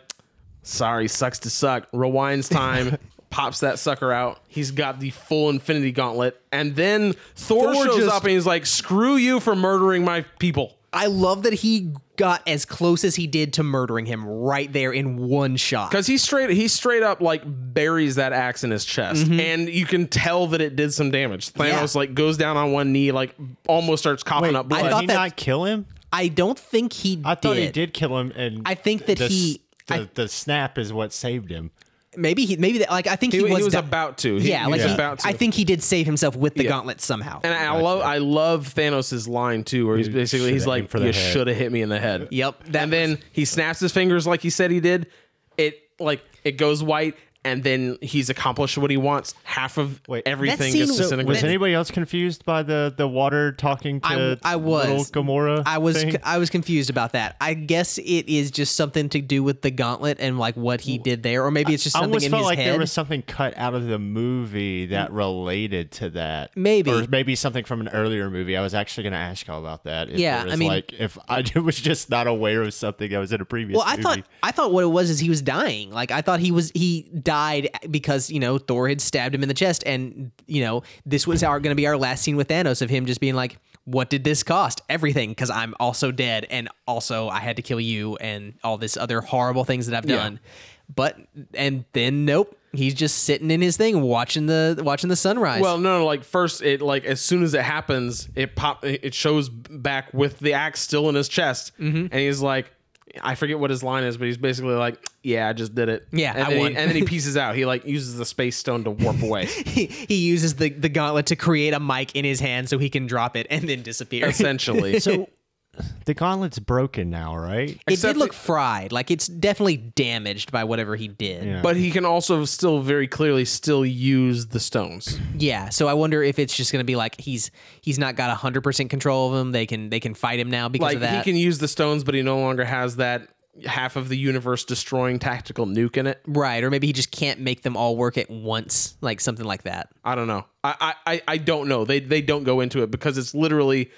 Speaker 1: "Sorry, sucks to suck." Rewinds time. Pops that sucker out. He's got the full Infinity Gauntlet, and then Thor,
Speaker 2: Thor
Speaker 1: shows
Speaker 2: just-
Speaker 1: up and he's like, "Screw you for murdering my people."
Speaker 2: i love that he got as close as he did to murdering him right there in one shot
Speaker 1: Because he straight he straight up like buries that axe in his chest, and you can tell that it did some damage. Thanos
Speaker 2: Mm-hmm. Yeah.
Speaker 1: like goes down on one knee, like almost starts coughing up blood.
Speaker 3: did
Speaker 2: thought
Speaker 3: he
Speaker 2: that-
Speaker 3: not kill him?
Speaker 2: i don't think he
Speaker 3: I thought he did kill him, and
Speaker 2: I think that
Speaker 3: the s-
Speaker 2: he-
Speaker 3: the,
Speaker 2: I-
Speaker 3: the snap is what saved him.
Speaker 2: maybe he maybe that like i think
Speaker 1: he,
Speaker 2: he,
Speaker 1: he was,
Speaker 2: di-
Speaker 1: about to. He-
Speaker 2: yeah,
Speaker 1: he
Speaker 2: like
Speaker 1: was
Speaker 2: he-
Speaker 1: about to.
Speaker 2: I think he did save himself with the gauntlet somehow.
Speaker 1: and I, I love I love Thanos' line too, where he's basically he's
Speaker 3: shoulda
Speaker 1: like,
Speaker 3: aimed for the
Speaker 1: "You
Speaker 3: head."
Speaker 1: should have hit me in the head."
Speaker 2: Yep, that
Speaker 1: and then he snaps his fingers like he said he did. It like it goes white, and then he's accomplished what he wants. Half of
Speaker 3: Wait, that
Speaker 1: everything
Speaker 2: scene
Speaker 1: gets
Speaker 2: was-
Speaker 1: disintegrated.
Speaker 3: Was anybody else confused by the the water talking to
Speaker 2: I, I
Speaker 3: little
Speaker 2: was
Speaker 3: Gamora?
Speaker 2: I was
Speaker 3: thing?
Speaker 2: I was confused about that. I guess it is just something to do with the gauntlet and like what he did there, or maybe it's just
Speaker 3: I
Speaker 2: something
Speaker 3: almost
Speaker 2: in
Speaker 3: felt
Speaker 2: his
Speaker 3: like
Speaker 2: head. Mm.
Speaker 3: there was something cut out of the movie that related to that.
Speaker 2: Maybe.
Speaker 3: or maybe something from an earlier movie. I was actually going to ask y'all about that. If
Speaker 2: Yeah,
Speaker 3: there
Speaker 2: I
Speaker 3: was,
Speaker 2: mean-
Speaker 3: like if I was just not aware of something that was in a previous.
Speaker 2: well, I
Speaker 3: movie.
Speaker 2: thought I thought what it was is he was dying. Like I thought he was he died because you know Thor had stabbed him in the chest, and you know this was our going to be our last scene with Thanos of him just being like, "What did this cost? Everything, because I'm also dead, and also I had to kill you, and all this other horrible things that I've done." But and then nope, he's just sitting in his thing watching the watching the sunrise.
Speaker 1: Well, no, no, like first, it like as soon as it happens, it pop, it shows back with the axe still in his chest,
Speaker 2: Mm-hmm.
Speaker 1: and he's like, I forget what his line is, but he's basically like, "Yeah, I just did it."
Speaker 2: Yeah,
Speaker 1: and
Speaker 2: I
Speaker 1: then
Speaker 2: won.
Speaker 1: He, and then he pieces out. He like uses the space stone to warp away.
Speaker 2: he, he uses the the gauntlet to create a mic in his hand so he can drop it and then disappear.
Speaker 1: essentially,
Speaker 3: so. The gauntlet's broken now, right?
Speaker 2: It
Speaker 1: Except
Speaker 2: did look
Speaker 1: it-
Speaker 2: fried. Like it's definitely damaged by whatever he did. Yeah.
Speaker 1: but he can also still very clearly still use the stones.
Speaker 2: so I wonder if it's just going to be like he's he's not got hundred percent control of him. They can they can fight him now because
Speaker 1: Like
Speaker 2: of that.
Speaker 1: he can use the stones, but he no longer has that half of the universe destroying tactical nuke in it.
Speaker 2: right, or maybe he just can't make them all work at once, like something like that.
Speaker 1: I don't know. I I I- I don't know. They they don't go into it because it's literally.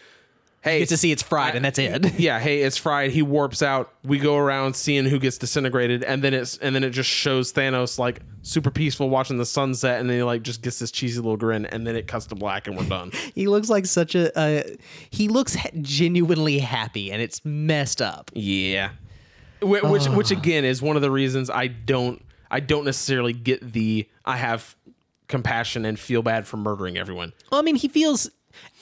Speaker 1: Hey,
Speaker 2: You get to see it's fried and that's it.
Speaker 1: yeah, hey, it's fried. He warps out. We go around seeing who gets disintegrated, and then it's and then it just shows Thanos like super peaceful watching the sunset, and then he like just gets this cheesy little grin, and then it cuts to black, and we're done.
Speaker 2: he looks like such a uh, he looks ha- genuinely happy, and it's messed up.
Speaker 1: yeah, which which, which again is one of the reasons I don't I don't necessarily get the I have compassion and feel bad for murdering everyone.
Speaker 2: Well, I mean, he feels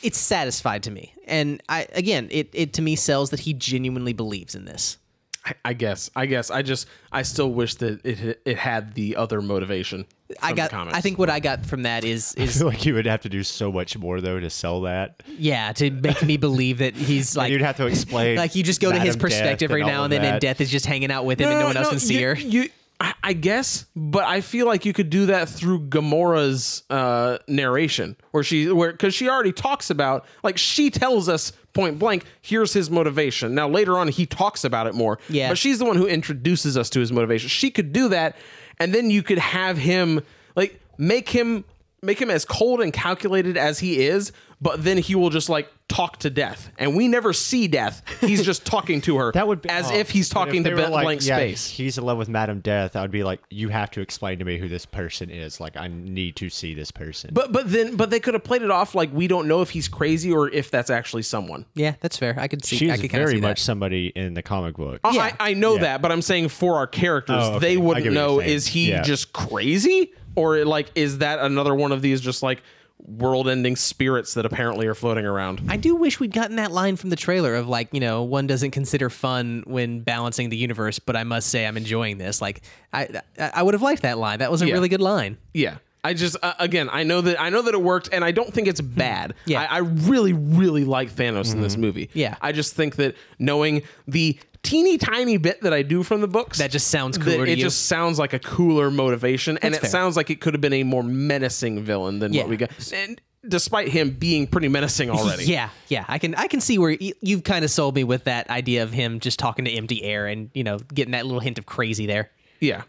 Speaker 2: it's satisfied to me, and I again, it it to me sells that he genuinely believes in this.
Speaker 1: I, I guess I guess I just I still wish that it it had the other motivation. from
Speaker 2: I
Speaker 1: the
Speaker 2: got.
Speaker 1: comics.
Speaker 2: I think what I got from that is
Speaker 3: I
Speaker 2: is
Speaker 3: feel like you would have to do so much more though to sell that.
Speaker 2: yeah to make me believe that he's like
Speaker 3: You'd have to explain.
Speaker 2: like you just go to his
Speaker 3: Madame Death
Speaker 2: perspective right
Speaker 3: all
Speaker 2: now
Speaker 3: of
Speaker 2: and then, and
Speaker 3: that.
Speaker 2: Death is just hanging out with him and no one else can see
Speaker 1: you,
Speaker 2: her.
Speaker 1: You, I- I guess, but I feel like you could do that through Gamora's uh, narration, where she, where because she already talks about, like she tells us point blank, here's his motivation. Now later on, he talks about it more.
Speaker 2: Yeah.
Speaker 1: but she's the one who introduces us to his motivation. She could do that, and then you could have him like make him make him as cold and calculated as he is but then he will just like talk to death and we never see death he's just talking to her
Speaker 3: That would be
Speaker 1: as
Speaker 3: oh,
Speaker 1: if he's
Speaker 3: but
Speaker 1: talking
Speaker 3: they
Speaker 1: to
Speaker 3: were
Speaker 1: blank
Speaker 3: like, yeah,
Speaker 1: space.
Speaker 3: He's in love with Madame Death. I would be like, you have to explain to me who this person is. Like, I need to see this person.
Speaker 1: But but then but they could have played it off like we don't know if he's crazy or if that's actually someone.
Speaker 2: Yeah, that's fair. I could see.
Speaker 3: she's
Speaker 2: I could kinda
Speaker 3: very
Speaker 2: see
Speaker 3: much
Speaker 2: That.
Speaker 3: somebody in the comic book.
Speaker 1: I-
Speaker 2: Yeah.
Speaker 1: I, I know
Speaker 3: Yeah.
Speaker 1: that, but I'm saying for our characters,
Speaker 3: Oh, okay.
Speaker 1: they
Speaker 3: I
Speaker 1: wouldn't
Speaker 3: get what you're
Speaker 1: know
Speaker 3: saying.
Speaker 1: is he
Speaker 3: Yeah.
Speaker 1: just crazy or like is that another one of these just like world-ending spirits that apparently are floating around?
Speaker 2: I do wish we'd gotten that line from the trailer of like you know one doesn't consider fun when balancing the universe, but I must say I'm enjoying this. Like I I, I would have liked that line. That was a really good line.
Speaker 1: Yeah. I just uh, again, I know that I know that it worked, and I don't think it's bad.
Speaker 2: Mm-hmm. Yeah. Mm-hmm.
Speaker 1: I, I really, really like Thanos in this movie.
Speaker 2: Yeah.
Speaker 1: I just think that knowing the teeny tiny bit that I do from the books,
Speaker 2: That just sounds
Speaker 1: that
Speaker 2: cooler to
Speaker 1: it
Speaker 2: you.
Speaker 1: just sounds like a cooler motivation, and it
Speaker 2: That's fair.
Speaker 1: sounds like it could have been a more menacing villain than
Speaker 2: Yeah.
Speaker 1: what we got. And despite him being pretty menacing already,
Speaker 2: Yeah, yeah, I can I can see where y- you've kind of sold me with that idea of him just talking to empty air and you know getting that little hint of crazy there.
Speaker 1: yeah.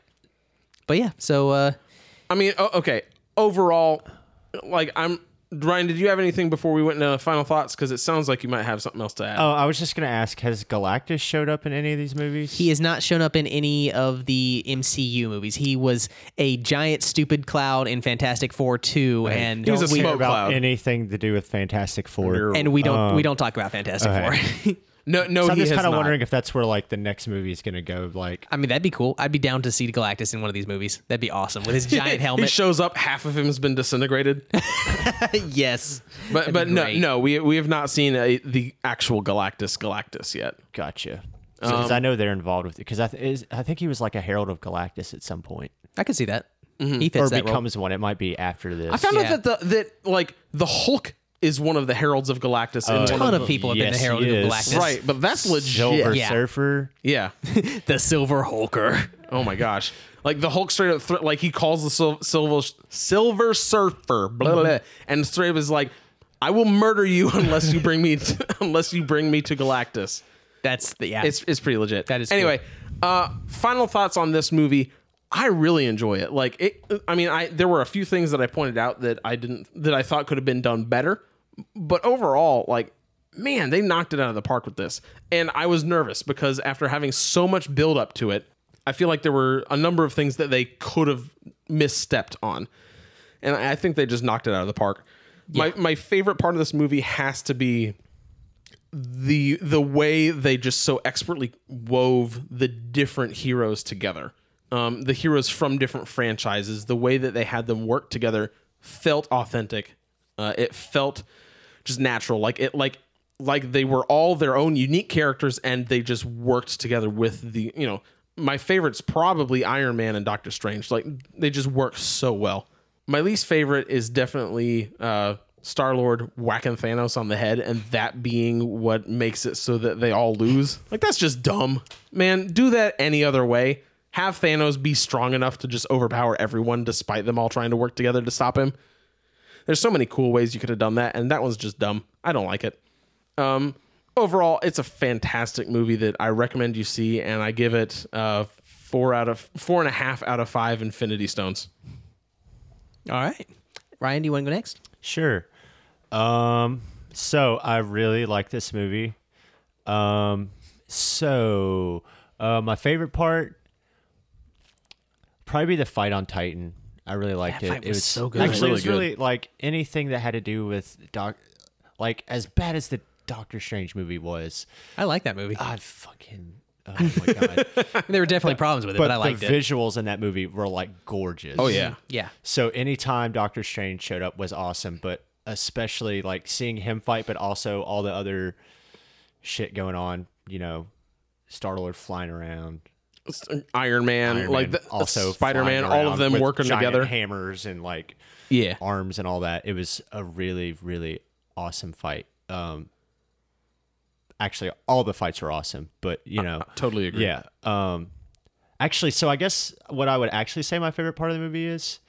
Speaker 2: But yeah, so uh,
Speaker 1: I mean, o- okay. Overall, like I'm Ryan. Did you have anything before we went into final thoughts? Because it sounds like you might have something else to add.
Speaker 2: Uh,
Speaker 3: Oh, I was just gonna ask: Has Galactus showed up in any of these movies?
Speaker 2: he has not shown up in any of the MCU movies. He was a giant stupid cloud in Fantastic Four two, and
Speaker 1: He's a
Speaker 2: don't we,
Speaker 1: smoke
Speaker 3: about
Speaker 1: cloud.
Speaker 3: anything to do with Fantastic Four.
Speaker 2: and we don't
Speaker 1: Uh,
Speaker 2: we don't talk about Fantastic Four.
Speaker 1: no, no.
Speaker 3: So I'm
Speaker 1: he
Speaker 3: just
Speaker 1: has
Speaker 3: kind of
Speaker 1: not.
Speaker 3: wondering if that's where like the next movie is gonna go. Like,
Speaker 2: I mean, that'd be cool. I'd be down to see Galactus in one of these movies. That'd be awesome with his giant
Speaker 1: He
Speaker 2: helmet.
Speaker 1: shows up. Half of him has been disintegrated.
Speaker 2: yes,
Speaker 1: But
Speaker 2: That'd
Speaker 1: but
Speaker 2: be
Speaker 1: no
Speaker 2: great.
Speaker 1: no we we have not seen a, the actual Galactus Galactus yet.
Speaker 3: gotcha. Because
Speaker 1: Um,
Speaker 3: I know they're involved with it. Because I, th- is- I think he was like a herald of Galactus at some point,
Speaker 2: I could see that.
Speaker 1: Mm-hmm.
Speaker 2: He fits
Speaker 3: or
Speaker 2: that role.
Speaker 3: becomes one. It might be after this.
Speaker 1: I found
Speaker 2: Yeah.
Speaker 1: out that the that like the Hulk is one of the heralds of Galactus.
Speaker 2: A
Speaker 1: in one
Speaker 2: ton of people have been the
Speaker 3: Yes,
Speaker 2: Herald of
Speaker 3: he is.
Speaker 2: Galactus.
Speaker 1: right, but that's legit.
Speaker 3: Silver
Speaker 2: Yeah.
Speaker 3: Surfer.
Speaker 1: Yeah.
Speaker 2: the Silver Hulker.
Speaker 1: Oh my gosh! Like the Hulk straight up, thr like he calls the sil- silver Silver Surfer, blah, blah, blah, and straight up is like, "I will murder you unless you bring me to, unless you bring me to Galactus."
Speaker 2: That's the yeah.
Speaker 1: It's it's pretty legit.
Speaker 2: That is cool.
Speaker 1: anyway. Uh, final thoughts on this movie. I really enjoy it. Like it. I mean, I there were a few things that I pointed out that I didn't that I thought could have been done better, but overall, like man, they knocked it out of the park with this. And I was nervous because after having so much build up to it, I feel like there were a number of things that they could have misstepped on, and I I think they just knocked it out of the park. My my favorite part of this movie has to be the the way they just so expertly wove the different heroes together um, the heroes from different franchises the way that they had them work together felt authentic uh, it felt just natural like it like like they were all their own unique characters and they just worked together with the you know my favorites probably iron man and doctor strange like they just work so well my least favorite is definitely uh, Star Lord whacking Thanos on the head, and that being what makes it so that they all lose. Like that's just dumb, man. Do that any other way. Have Thanos be strong enough to just overpower everyone, despite them all trying to work together to stop him. There's so many cool ways you could have done that, and that one's just dumb. I don't like it. Um, overall, it's a fantastic movie that I recommend you see, and I give it uh, four out of four and a half out of five Infinity Stones.
Speaker 2: All right. Ryan, do you want to go next?
Speaker 3: Sure. Um, so I really like this movie. Um, so uh, my favorite part probably the fight on Titan. I really liked it.
Speaker 2: fight
Speaker 3: it
Speaker 2: was so good. It was
Speaker 3: Actually,
Speaker 1: really
Speaker 3: it was really like anything that had to do with doc, like as bad as the Doctor Strange movie was.
Speaker 2: I like that movie.
Speaker 1: Uh,
Speaker 3: I fucking oh my god! but,
Speaker 2: there were definitely problems with it, but, I liked
Speaker 3: the
Speaker 2: it.
Speaker 3: visuals in that movie were like gorgeous.
Speaker 1: Oh yeah,
Speaker 2: yeah.
Speaker 3: So anytime Doctor Strange showed up was awesome, but especially like seeing him fight, but also all the other shit going on. You know, Star Lord flying around,
Speaker 1: Iron Man,
Speaker 3: Iron
Speaker 1: like
Speaker 3: Man
Speaker 1: the,
Speaker 3: also
Speaker 1: Spider Man,
Speaker 3: flying
Speaker 1: all of
Speaker 3: around
Speaker 1: them
Speaker 3: with
Speaker 1: working
Speaker 3: giant
Speaker 1: together.
Speaker 3: hammers and like
Speaker 1: Yeah,
Speaker 3: arms and all that. It was a really really awesome fight. Um, actually, all the fights were awesome, but you know,
Speaker 1: totally agree.
Speaker 3: yeah. Um, actually, so I guess what I would actually say my favorite part of the movie is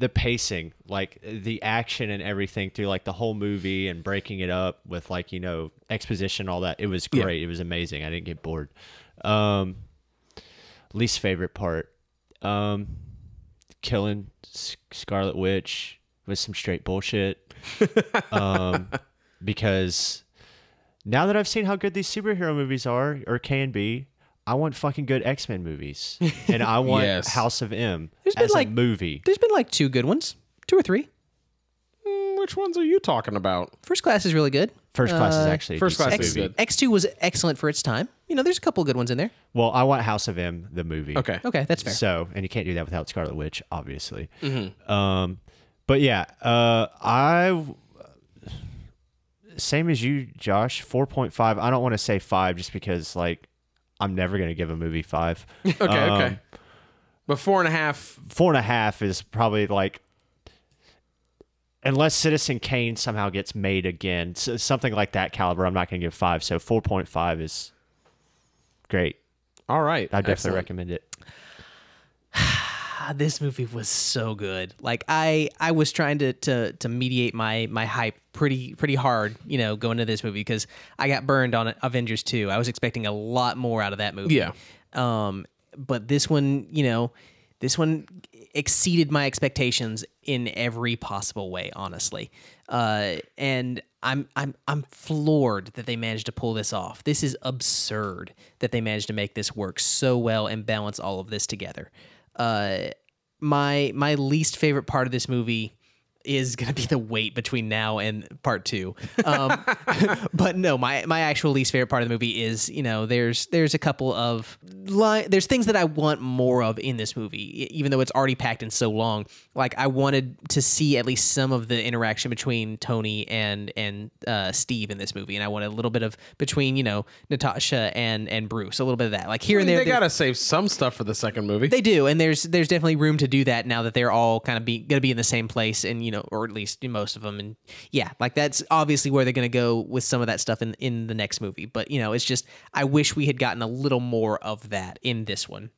Speaker 3: the pacing, like the action and everything through like the whole movie and breaking it up with like you know exposition, all that. It was great. It was amazing. I didn't get bored. Um, least favorite part, um, killing S- Scarlet Witch was some straight bullshit. um, because now that I've seen how good these superhero movies are or can be, I want fucking good X Men movies, and I want
Speaker 1: Yes.
Speaker 3: House of M
Speaker 2: There's been,
Speaker 3: as
Speaker 2: like-
Speaker 3: a movie.
Speaker 2: There's been like two good ones, two or three.
Speaker 1: Mm, Which ones are you talking about?
Speaker 2: First class is really good.
Speaker 3: First class is actually a
Speaker 1: First
Speaker 3: decent
Speaker 1: Class
Speaker 2: X
Speaker 1: is
Speaker 3: movie.
Speaker 1: good.
Speaker 2: X two was excellent for its time. You know, there's a couple good ones in there.
Speaker 3: Well, I want House of M the movie.
Speaker 1: Okay,
Speaker 2: Okay, that's fair.
Speaker 3: So, and you can't do that without Scarlet Witch, obviously.
Speaker 1: Mm-hmm.
Speaker 3: Um, but yeah, uh, I same as you, Josh. Four point five. I don't want to say five just because like I'm never gonna give a movie five.
Speaker 1: okay,
Speaker 3: Um,
Speaker 1: okay. But four and a half.
Speaker 3: Four and a half is probably like. Unless Citizen Kane somehow gets made again, so something like that caliber, I'm not going to give five. So 4.5 is great.
Speaker 1: All right,
Speaker 3: I definitely
Speaker 1: Excellent.
Speaker 3: recommend it.
Speaker 2: Ah, this movie was so good. Like I, I was trying to to to mediate my my hype pretty pretty hard. You know, going to this movie because I got burned on Avengers two. I was expecting a lot more out of that movie.
Speaker 1: Yeah.
Speaker 2: Um, but this one, you know, this one exceeded my expectations in every possible way. Honestly, uh, and I'm I'm I'm floored that they managed to pull this off. This is absurd that they managed to make this work so well and balance all of this together. Uh, my my least favorite part of this movie is going to be the wait between now and part two. Um, but no, my my actual least favorite part of the movie is you know there's there's a couple of li- there's things that I want more of in this movie, e- even though it's already packed in so long. Like I wanted to see at least some of the interaction between Tony and and uh, Steve in this movie, and I wanted a little bit of between you know Natasha and and Bruce, a little bit of that. Like here and there,
Speaker 1: They
Speaker 2: there-
Speaker 1: gotta save some stuff for the second movie.
Speaker 2: they do, and there's there's definitely room to do that now that they're all kind of be going to be in the same place and you know know, or at least most of them. And yeah, like that's obviously where they're going to go with some of that stuff in in the next movie. But you know, it's just I wish we had gotten a little more of that in this one.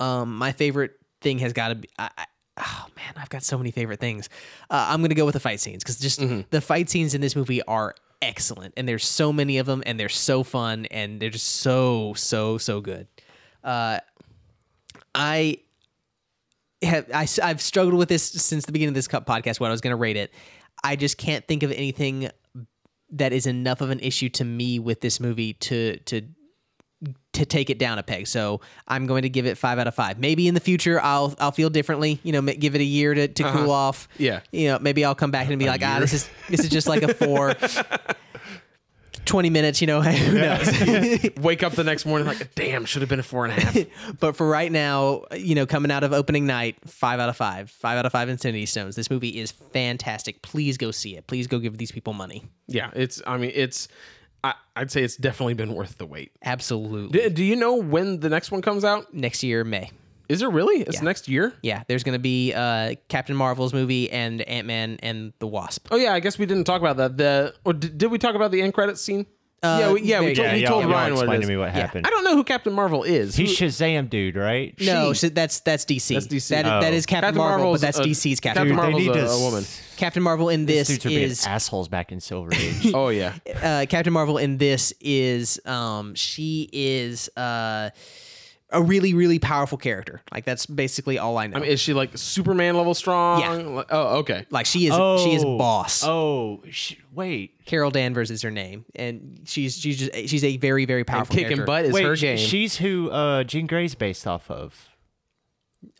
Speaker 2: Um, my favorite thing has got to be. I, I, oh man, I've got so many favorite things. Uh, I'm gonna go with the fight scenes because just the fight scenes in this movie are excellent, and there's so many of them, and they're so fun, and they're just so so so good. Uh, I have I, have struggled with this since the beginning of this cup podcast when I was going to rate it. I just can't think of anything that is enough of an issue to me with this movie to to to take it down a peg. So I'm going to give it five out of five. Maybe in the future I'll I'll feel differently. You know, ma- give it a year to, to cool off.
Speaker 1: Yeah.
Speaker 2: You know, maybe I'll come back and be like, ah, this is this is just like a four. 20 minutes, you know, who knows?
Speaker 1: Wake up the next morning like, damn, should have been a four and a half.
Speaker 2: but for right now, you know, coming out of opening night, five out of five, five out of five Infinity Stones. This movie is fantastic. Please go see it. Please go give these people money.
Speaker 1: yeah, it's. I mean, it's. I, I'd say it's definitely been worth the wait.
Speaker 2: Absolutely.
Speaker 1: Do, do you know when the next one comes out?
Speaker 2: Next year, May.
Speaker 1: Is it really? It's next year.
Speaker 2: Yeah, there's going to be uh, Captain Marvel's movie and Ant Man and the Wasp.
Speaker 1: Oh yeah, I guess we didn't talk about that. The or d- did we talk about the end credits scene? yeah, we, yeah, we
Speaker 2: there-
Speaker 1: told,
Speaker 2: yeah,
Speaker 1: we
Speaker 3: yeah,
Speaker 1: told
Speaker 3: y'all
Speaker 1: Ryan what it
Speaker 3: explained
Speaker 1: is.
Speaker 3: to me what happened.
Speaker 1: I don't know who Captain Marvel is. Who-
Speaker 3: He's Shazam, dude, right?
Speaker 2: No,
Speaker 1: She-
Speaker 2: so that's that's DC.
Speaker 1: That's DC.
Speaker 2: That, that is Captain,
Speaker 1: Captain
Speaker 2: Marvel,
Speaker 1: Marvel's
Speaker 2: but that's
Speaker 1: a-
Speaker 2: DC's Captain,
Speaker 1: Captain
Speaker 2: Marvel.
Speaker 1: Marvel's
Speaker 3: need
Speaker 1: a-
Speaker 3: to
Speaker 1: a woman.
Speaker 2: Captain Marvel in this
Speaker 3: Dudes are being
Speaker 2: is
Speaker 3: assholes back in Silver Age.
Speaker 1: Oh yeah,
Speaker 2: uh, Captain Marvel in this is um, she is uh, a really really powerful character. Like that's basically all I know.
Speaker 1: I mean, is she like Superman level strong?
Speaker 2: Yeah.
Speaker 1: Like- oh okay.
Speaker 2: like she is she is
Speaker 1: Oh.
Speaker 2: boss.
Speaker 3: Oh, sh- wait.
Speaker 2: Carol Danvers is her name, and she's she's just, she's a very very
Speaker 1: And
Speaker 2: powerful
Speaker 1: kicking
Speaker 2: character.
Speaker 1: butt is
Speaker 3: wait,
Speaker 1: her
Speaker 3: sh-
Speaker 1: game.
Speaker 3: she's who uh, Jean Grey's based off of,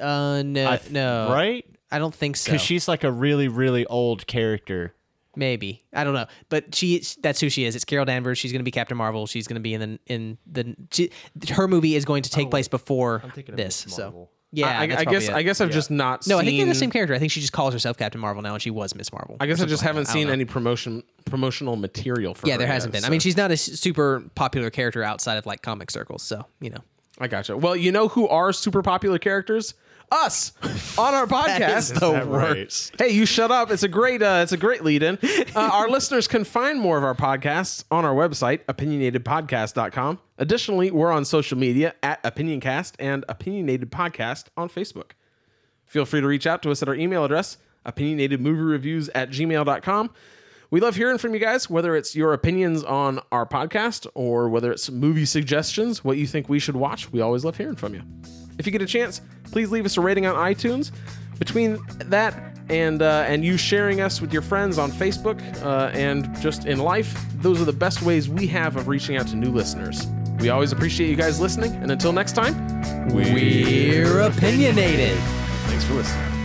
Speaker 2: Uh, no
Speaker 3: I th-
Speaker 2: no
Speaker 3: right?
Speaker 2: I don't think so.
Speaker 3: Because she's like a really, really old character.
Speaker 2: Maybe I don't know, but she that's who she is. It's Carol Danvers. She's going to be Captain Marvel. She's going to be in the in the she, her movie is going to
Speaker 1: Oh,
Speaker 2: take place before this. So yeah,
Speaker 1: I, I
Speaker 2: that's probably
Speaker 1: guess
Speaker 2: it.
Speaker 1: I guess I've just not.
Speaker 2: No,
Speaker 1: seen,
Speaker 2: I think they're the same character. I think she just calls herself Captain Marvel now, and she was Miss Marvel.
Speaker 1: I guess I just haven't
Speaker 2: I don't
Speaker 1: seen
Speaker 2: know.
Speaker 1: any promotion promotional material for.
Speaker 2: Yeah,
Speaker 1: her
Speaker 2: there
Speaker 1: yet,
Speaker 2: hasn't been. I
Speaker 1: so-
Speaker 2: mean, she's not a s- super popular character outside of like comic circles, so you know.
Speaker 1: I gotcha. Well, you know who are super popular characters? Us on our podcast.
Speaker 2: the
Speaker 1: That works. Hey, you shut up. It's a great uh, it's a great lead in. Uh, our listeners can find more of our podcasts on our website, opinionatedpodcast.com. Additionally, we're on social media at opinioncast and opinionated podcast on Facebook. Feel free to reach out to us at our email address, opinionatedmoviereviews at gmail.com. We love hearing from you guys, whether it's your opinions on our podcast or whether it's movie suggestions, what you think we should watch. We always love hearing from you. If you get a chance, please leave us a rating on iTunes. Between that and uh, and you sharing us with your friends on Facebook uh, and just in life, those are the best ways we have of reaching out to new listeners. We always appreciate you guys listening, and until next time,
Speaker 2: We're opinionated.
Speaker 1: thanks for listening.